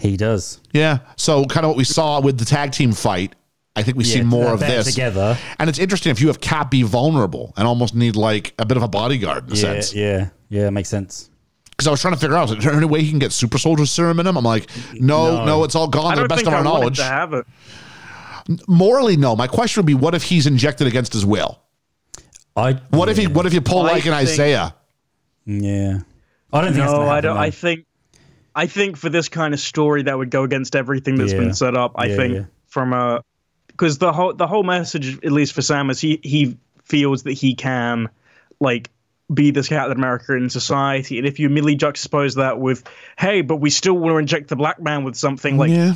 S5: He does.
S4: Yeah. So kind of what we saw with the tag team fight. I think we see
S5: Yeah,
S4: more
S5: they're
S4: of
S5: better
S4: this
S5: together.
S4: And it's interesting if you have Cap be vulnerable and almost need like a bit of a bodyguard in a
S5: Yeah,
S4: sense.
S5: yeah, yeah. Makes sense.
S4: because I was trying to figure out is there any way he can get super soldier serum in him? I'm like, no, no, it's all gone
S3: I
S4: to the
S3: don't
S4: best
S3: think
S4: of
S3: I
S4: our
S3: wanted
S4: knowledge.
S3: to have it.
S4: Morally, no. My question would be, what if he's injected against his will?
S5: I Mm,
S4: What if he? What if you pull
S3: I
S4: like an
S3: think-
S4: Isaiah?
S5: yeah. I don't think that's
S3: No,
S5: gonna
S3: I don't.
S5: happen,
S3: I
S5: though.
S3: think, I think for this kind of story that would go against everything that's
S5: Yeah.
S3: been set up. I
S5: Yeah,
S3: think
S5: yeah.
S3: from a because the whole the whole message, at least for Sam, is he he feels that he can like be this Captain America in society, and if you immediately juxtapose that with, hey, but we still want to inject the black man with something like,
S4: yeah.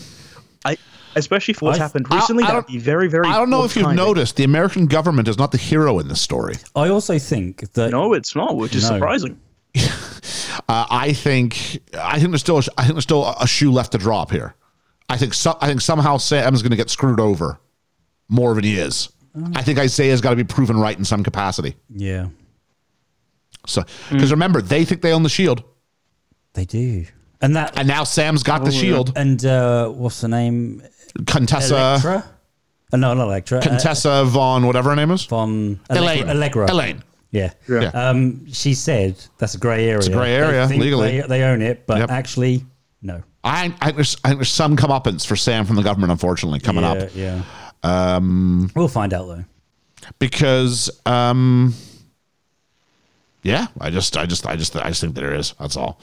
S3: I, especially for what's
S5: I-
S3: happened recently,
S4: I- I
S3: that'd
S4: don't-
S3: be very very.
S4: I don't know
S3: poor
S4: if you've
S3: timing.
S4: noticed, the American government is not the hero in this story.
S5: I also think that
S3: No, it's not, which is
S5: No.
S3: surprising.
S4: Uh, I think I think there's still a, I think there's still a shoe left to drop here. I think so, I think somehow Sam's going to get screwed over more than he is.
S5: Mm.
S4: I think Isaiah's got to be proven right in some capacity.
S5: yeah,
S4: So because
S5: Mm.
S4: remember they think they own the shield,
S5: they do, and that
S4: and now Sam's got
S5: Oh,
S4: the shield.
S5: and uh, what's the name?
S4: Contessa
S5: Electra. Uh, no, not Electra. Uh,
S4: Contessa von whatever her name is
S5: Von Allegra.
S4: Elaine
S5: Allegra.
S4: Elaine.
S5: Yeah.
S4: Yeah.
S5: Um, she said that's a grey area. It's
S4: a grey area, legally.
S5: They, they own it, but
S4: Yep.
S5: actually, no.
S4: I, I, think there's, I think there's some comeuppance for Sam from the government, unfortunately, coming
S5: yeah,
S4: up
S5: Yeah. Um, we'll find out though.
S4: because, um, yeah, I just, I just, I just, I just think there is. That's all.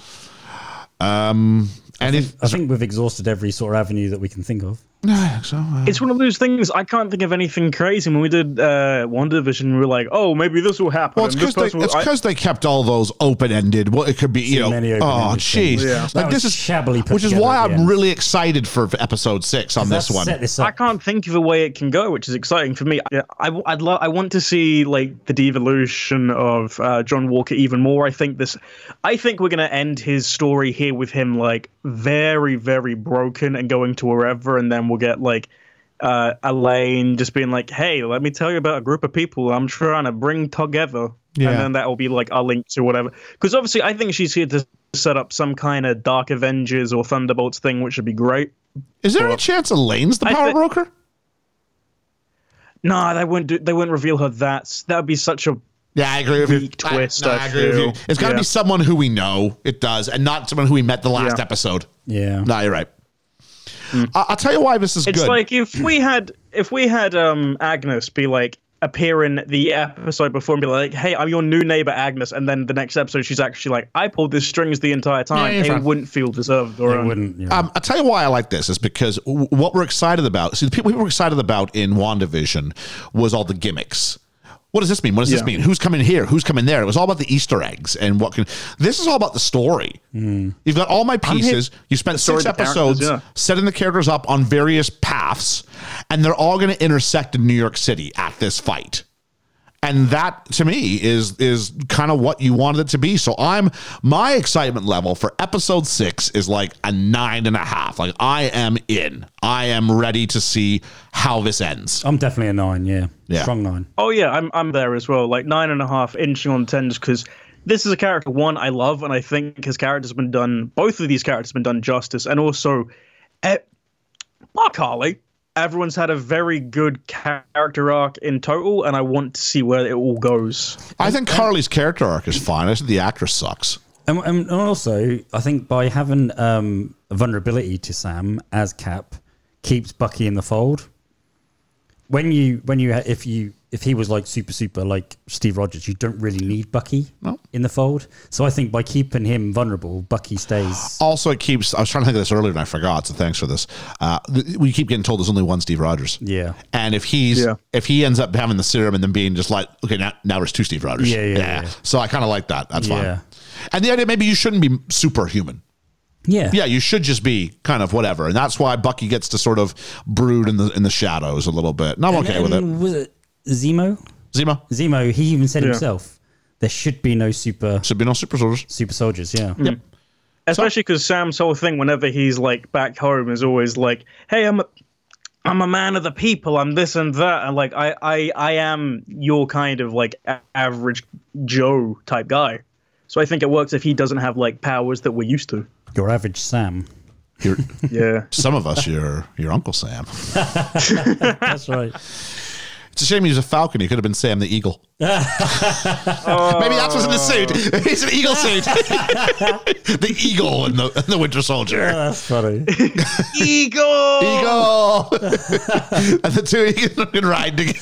S4: Um, and if
S5: I think we've exhausted every sort of avenue that we can think of.
S4: no, I think so, uh,
S3: It's one of those things I can't think of anything crazy. When we did uh, WandaVision, we were like, oh, maybe this will happen.
S4: well, it's
S3: and this
S4: because
S3: person
S4: they,
S3: will-
S4: it's
S3: I-
S4: 'cause they kept all those open ended. Well, it could be, you know,
S5: many
S4: oh,
S5: open-ended
S4: jeez,
S5: things.
S3: Yeah.
S5: That
S4: like
S5: was
S4: this is
S5: shabbily put
S4: which is
S5: together
S4: why
S5: at the
S4: I'm
S5: end.
S4: really excited for episode six on this
S5: Let's
S4: one.
S5: Set this
S3: I
S5: up.
S3: can't think of a way it can go, which is exciting for me. I, I, would lo- I want to see like the devolution of uh, John Walker even more. I think this, I think we're gonna end his story here with him like very, very broken and going to wherever, and then we'll get like uh, Elaine just being like, "Hey, let me tell you about a group of people I'm trying to bring together,"
S4: Yeah.
S3: and then that will be like our link to whatever. Because obviously, I think she's here to set up some kind of Dark Avengers or Thunderbolts thing, which would be great.
S4: Is there any chance Elaine's the
S3: I
S4: power
S3: thi-
S4: broker?
S3: No, they wouldn't. Do, they wouldn't reveal her. That's that would be such a.
S4: Yeah, I agree with you.
S3: Weak twist, I feel.
S4: It's got to
S3: Yeah.
S4: be someone who we know. It does, and not someone who we met the last
S3: Yeah.
S4: episode.
S5: Yeah.
S4: No, you're right. I- I'll tell you why this is
S3: It's
S4: good.
S3: like if we had if we had um Agnes be like appear in the episode before and be like, "Hey, I'm your new neighbor, Agnes," and then the next episode she's actually like, "I pulled the strings the entire time."
S4: Yeah, you're
S3: it
S4: fine.
S3: wouldn't feel deserved or
S5: I
S3: um,
S5: wouldn't. Yeah.
S4: um, I'll tell you why I like this is because w- what we're excited about. See, the people we were excited about in WandaVision was all the gimmicks. What does this mean? What does this
S3: Yeah.
S4: mean? Who's coming here? Who's coming there? It was all about the Easter eggs and what can. This is all about the story. You've got all my pieces. You spent
S3: story, Hmm.
S4: six
S3: the characters,
S4: episodes
S3: yeah.
S4: setting the characters up on various paths, and they're all going to intersect in New York City at this fight. and that to me is is kind of what you wanted it to be so i'm my excitement level for episode six is like a nine and a half like i am in i am ready to see how this ends
S5: I'm definitely a nine. Yeah.
S4: Yeah.
S5: Strong nine.
S3: Oh yeah, I'm I'm there as well. Like nine and a half, inching on ten, just because this is a character one I love, and I think his character's been done. Both of these characters have been done justice, and also, eh, Mark Harley. Everyone's had a very good character arc in total, and I want to see where it all goes.
S4: i think carly's character arc is fine i think the actress sucks
S5: And, and and also, I think by having um, a vulnerability to Sam as Cap keeps Bucky in the fold. When you when you ha- if you if he was like super super like Steve Rogers, you don't really need Bucky in the fold. So I think by keeping him vulnerable, Bucky stays.
S4: also it keeps i was trying to think of this earlier and i forgot so thanks for this uh, th- we keep getting told there's only one steve rogers
S5: Yeah.
S4: and if he's
S3: Yeah.
S4: if he ends up having the serum and then being just like okay now, now there's two steve rogers
S5: Yeah, yeah, yeah.
S4: so i kind of like that that's
S5: Yeah.
S4: fine and the idea maybe you shouldn't be superhuman
S5: Yeah.
S4: yeah, you should just be kind of whatever, and that's why Bucky gets to sort of brood in the in the shadows a little bit. And I'm okay with it.
S5: And Was it Zemo?
S4: Zemo
S5: Zemo. He even said himself, "There should be no super
S4: should be no super soldiers.
S5: super soldiers." Yeah.
S3: Especially because Sam's whole thing, whenever he's like back home, is always like, "Hey, I'm, a, I'm a man of the people. I'm this and that, and like I, I, I am your kind of like a- average Joe type guy." So I think it works if he doesn't have like powers that we're used to.
S5: Your average Sam.
S4: You're,
S3: Yeah.
S4: some of us, your your Uncle Sam.
S5: That's right.
S4: It's a shame he was a falcon. He could have been Sam the eagle. Maybe that's what's in the suit. He's an eagle suit. the eagle and the, and the Winter Soldier.
S5: That's funny.
S3: Eagle.
S4: Eagle. and the two eagles can ride together.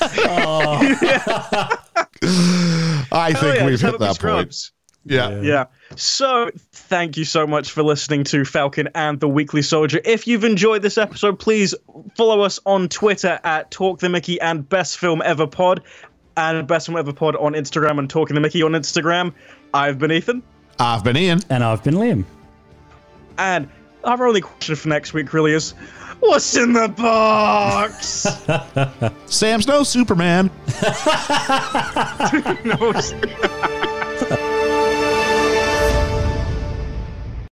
S4: I think
S3: Oh. yeah,
S4: we've
S3: set
S4: hit
S3: up the
S4: that point.
S3: scrubs.
S4: Yeah.
S3: Yeah. So thank you so much for listening to Falcon and the Weekly Soldier. If you've enjoyed this episode, please follow us on Twitter at Talk the Mickey and Best Film Ever Pod, and Best Film Ever Pod on Instagram and Talking the Mickey on Instagram. I've been Ethan,
S4: I've been Ian.
S5: And I've been Liam.
S3: and our only question for next week really is, what's in the box?
S4: Sam's no Superman.
S3: No, it's-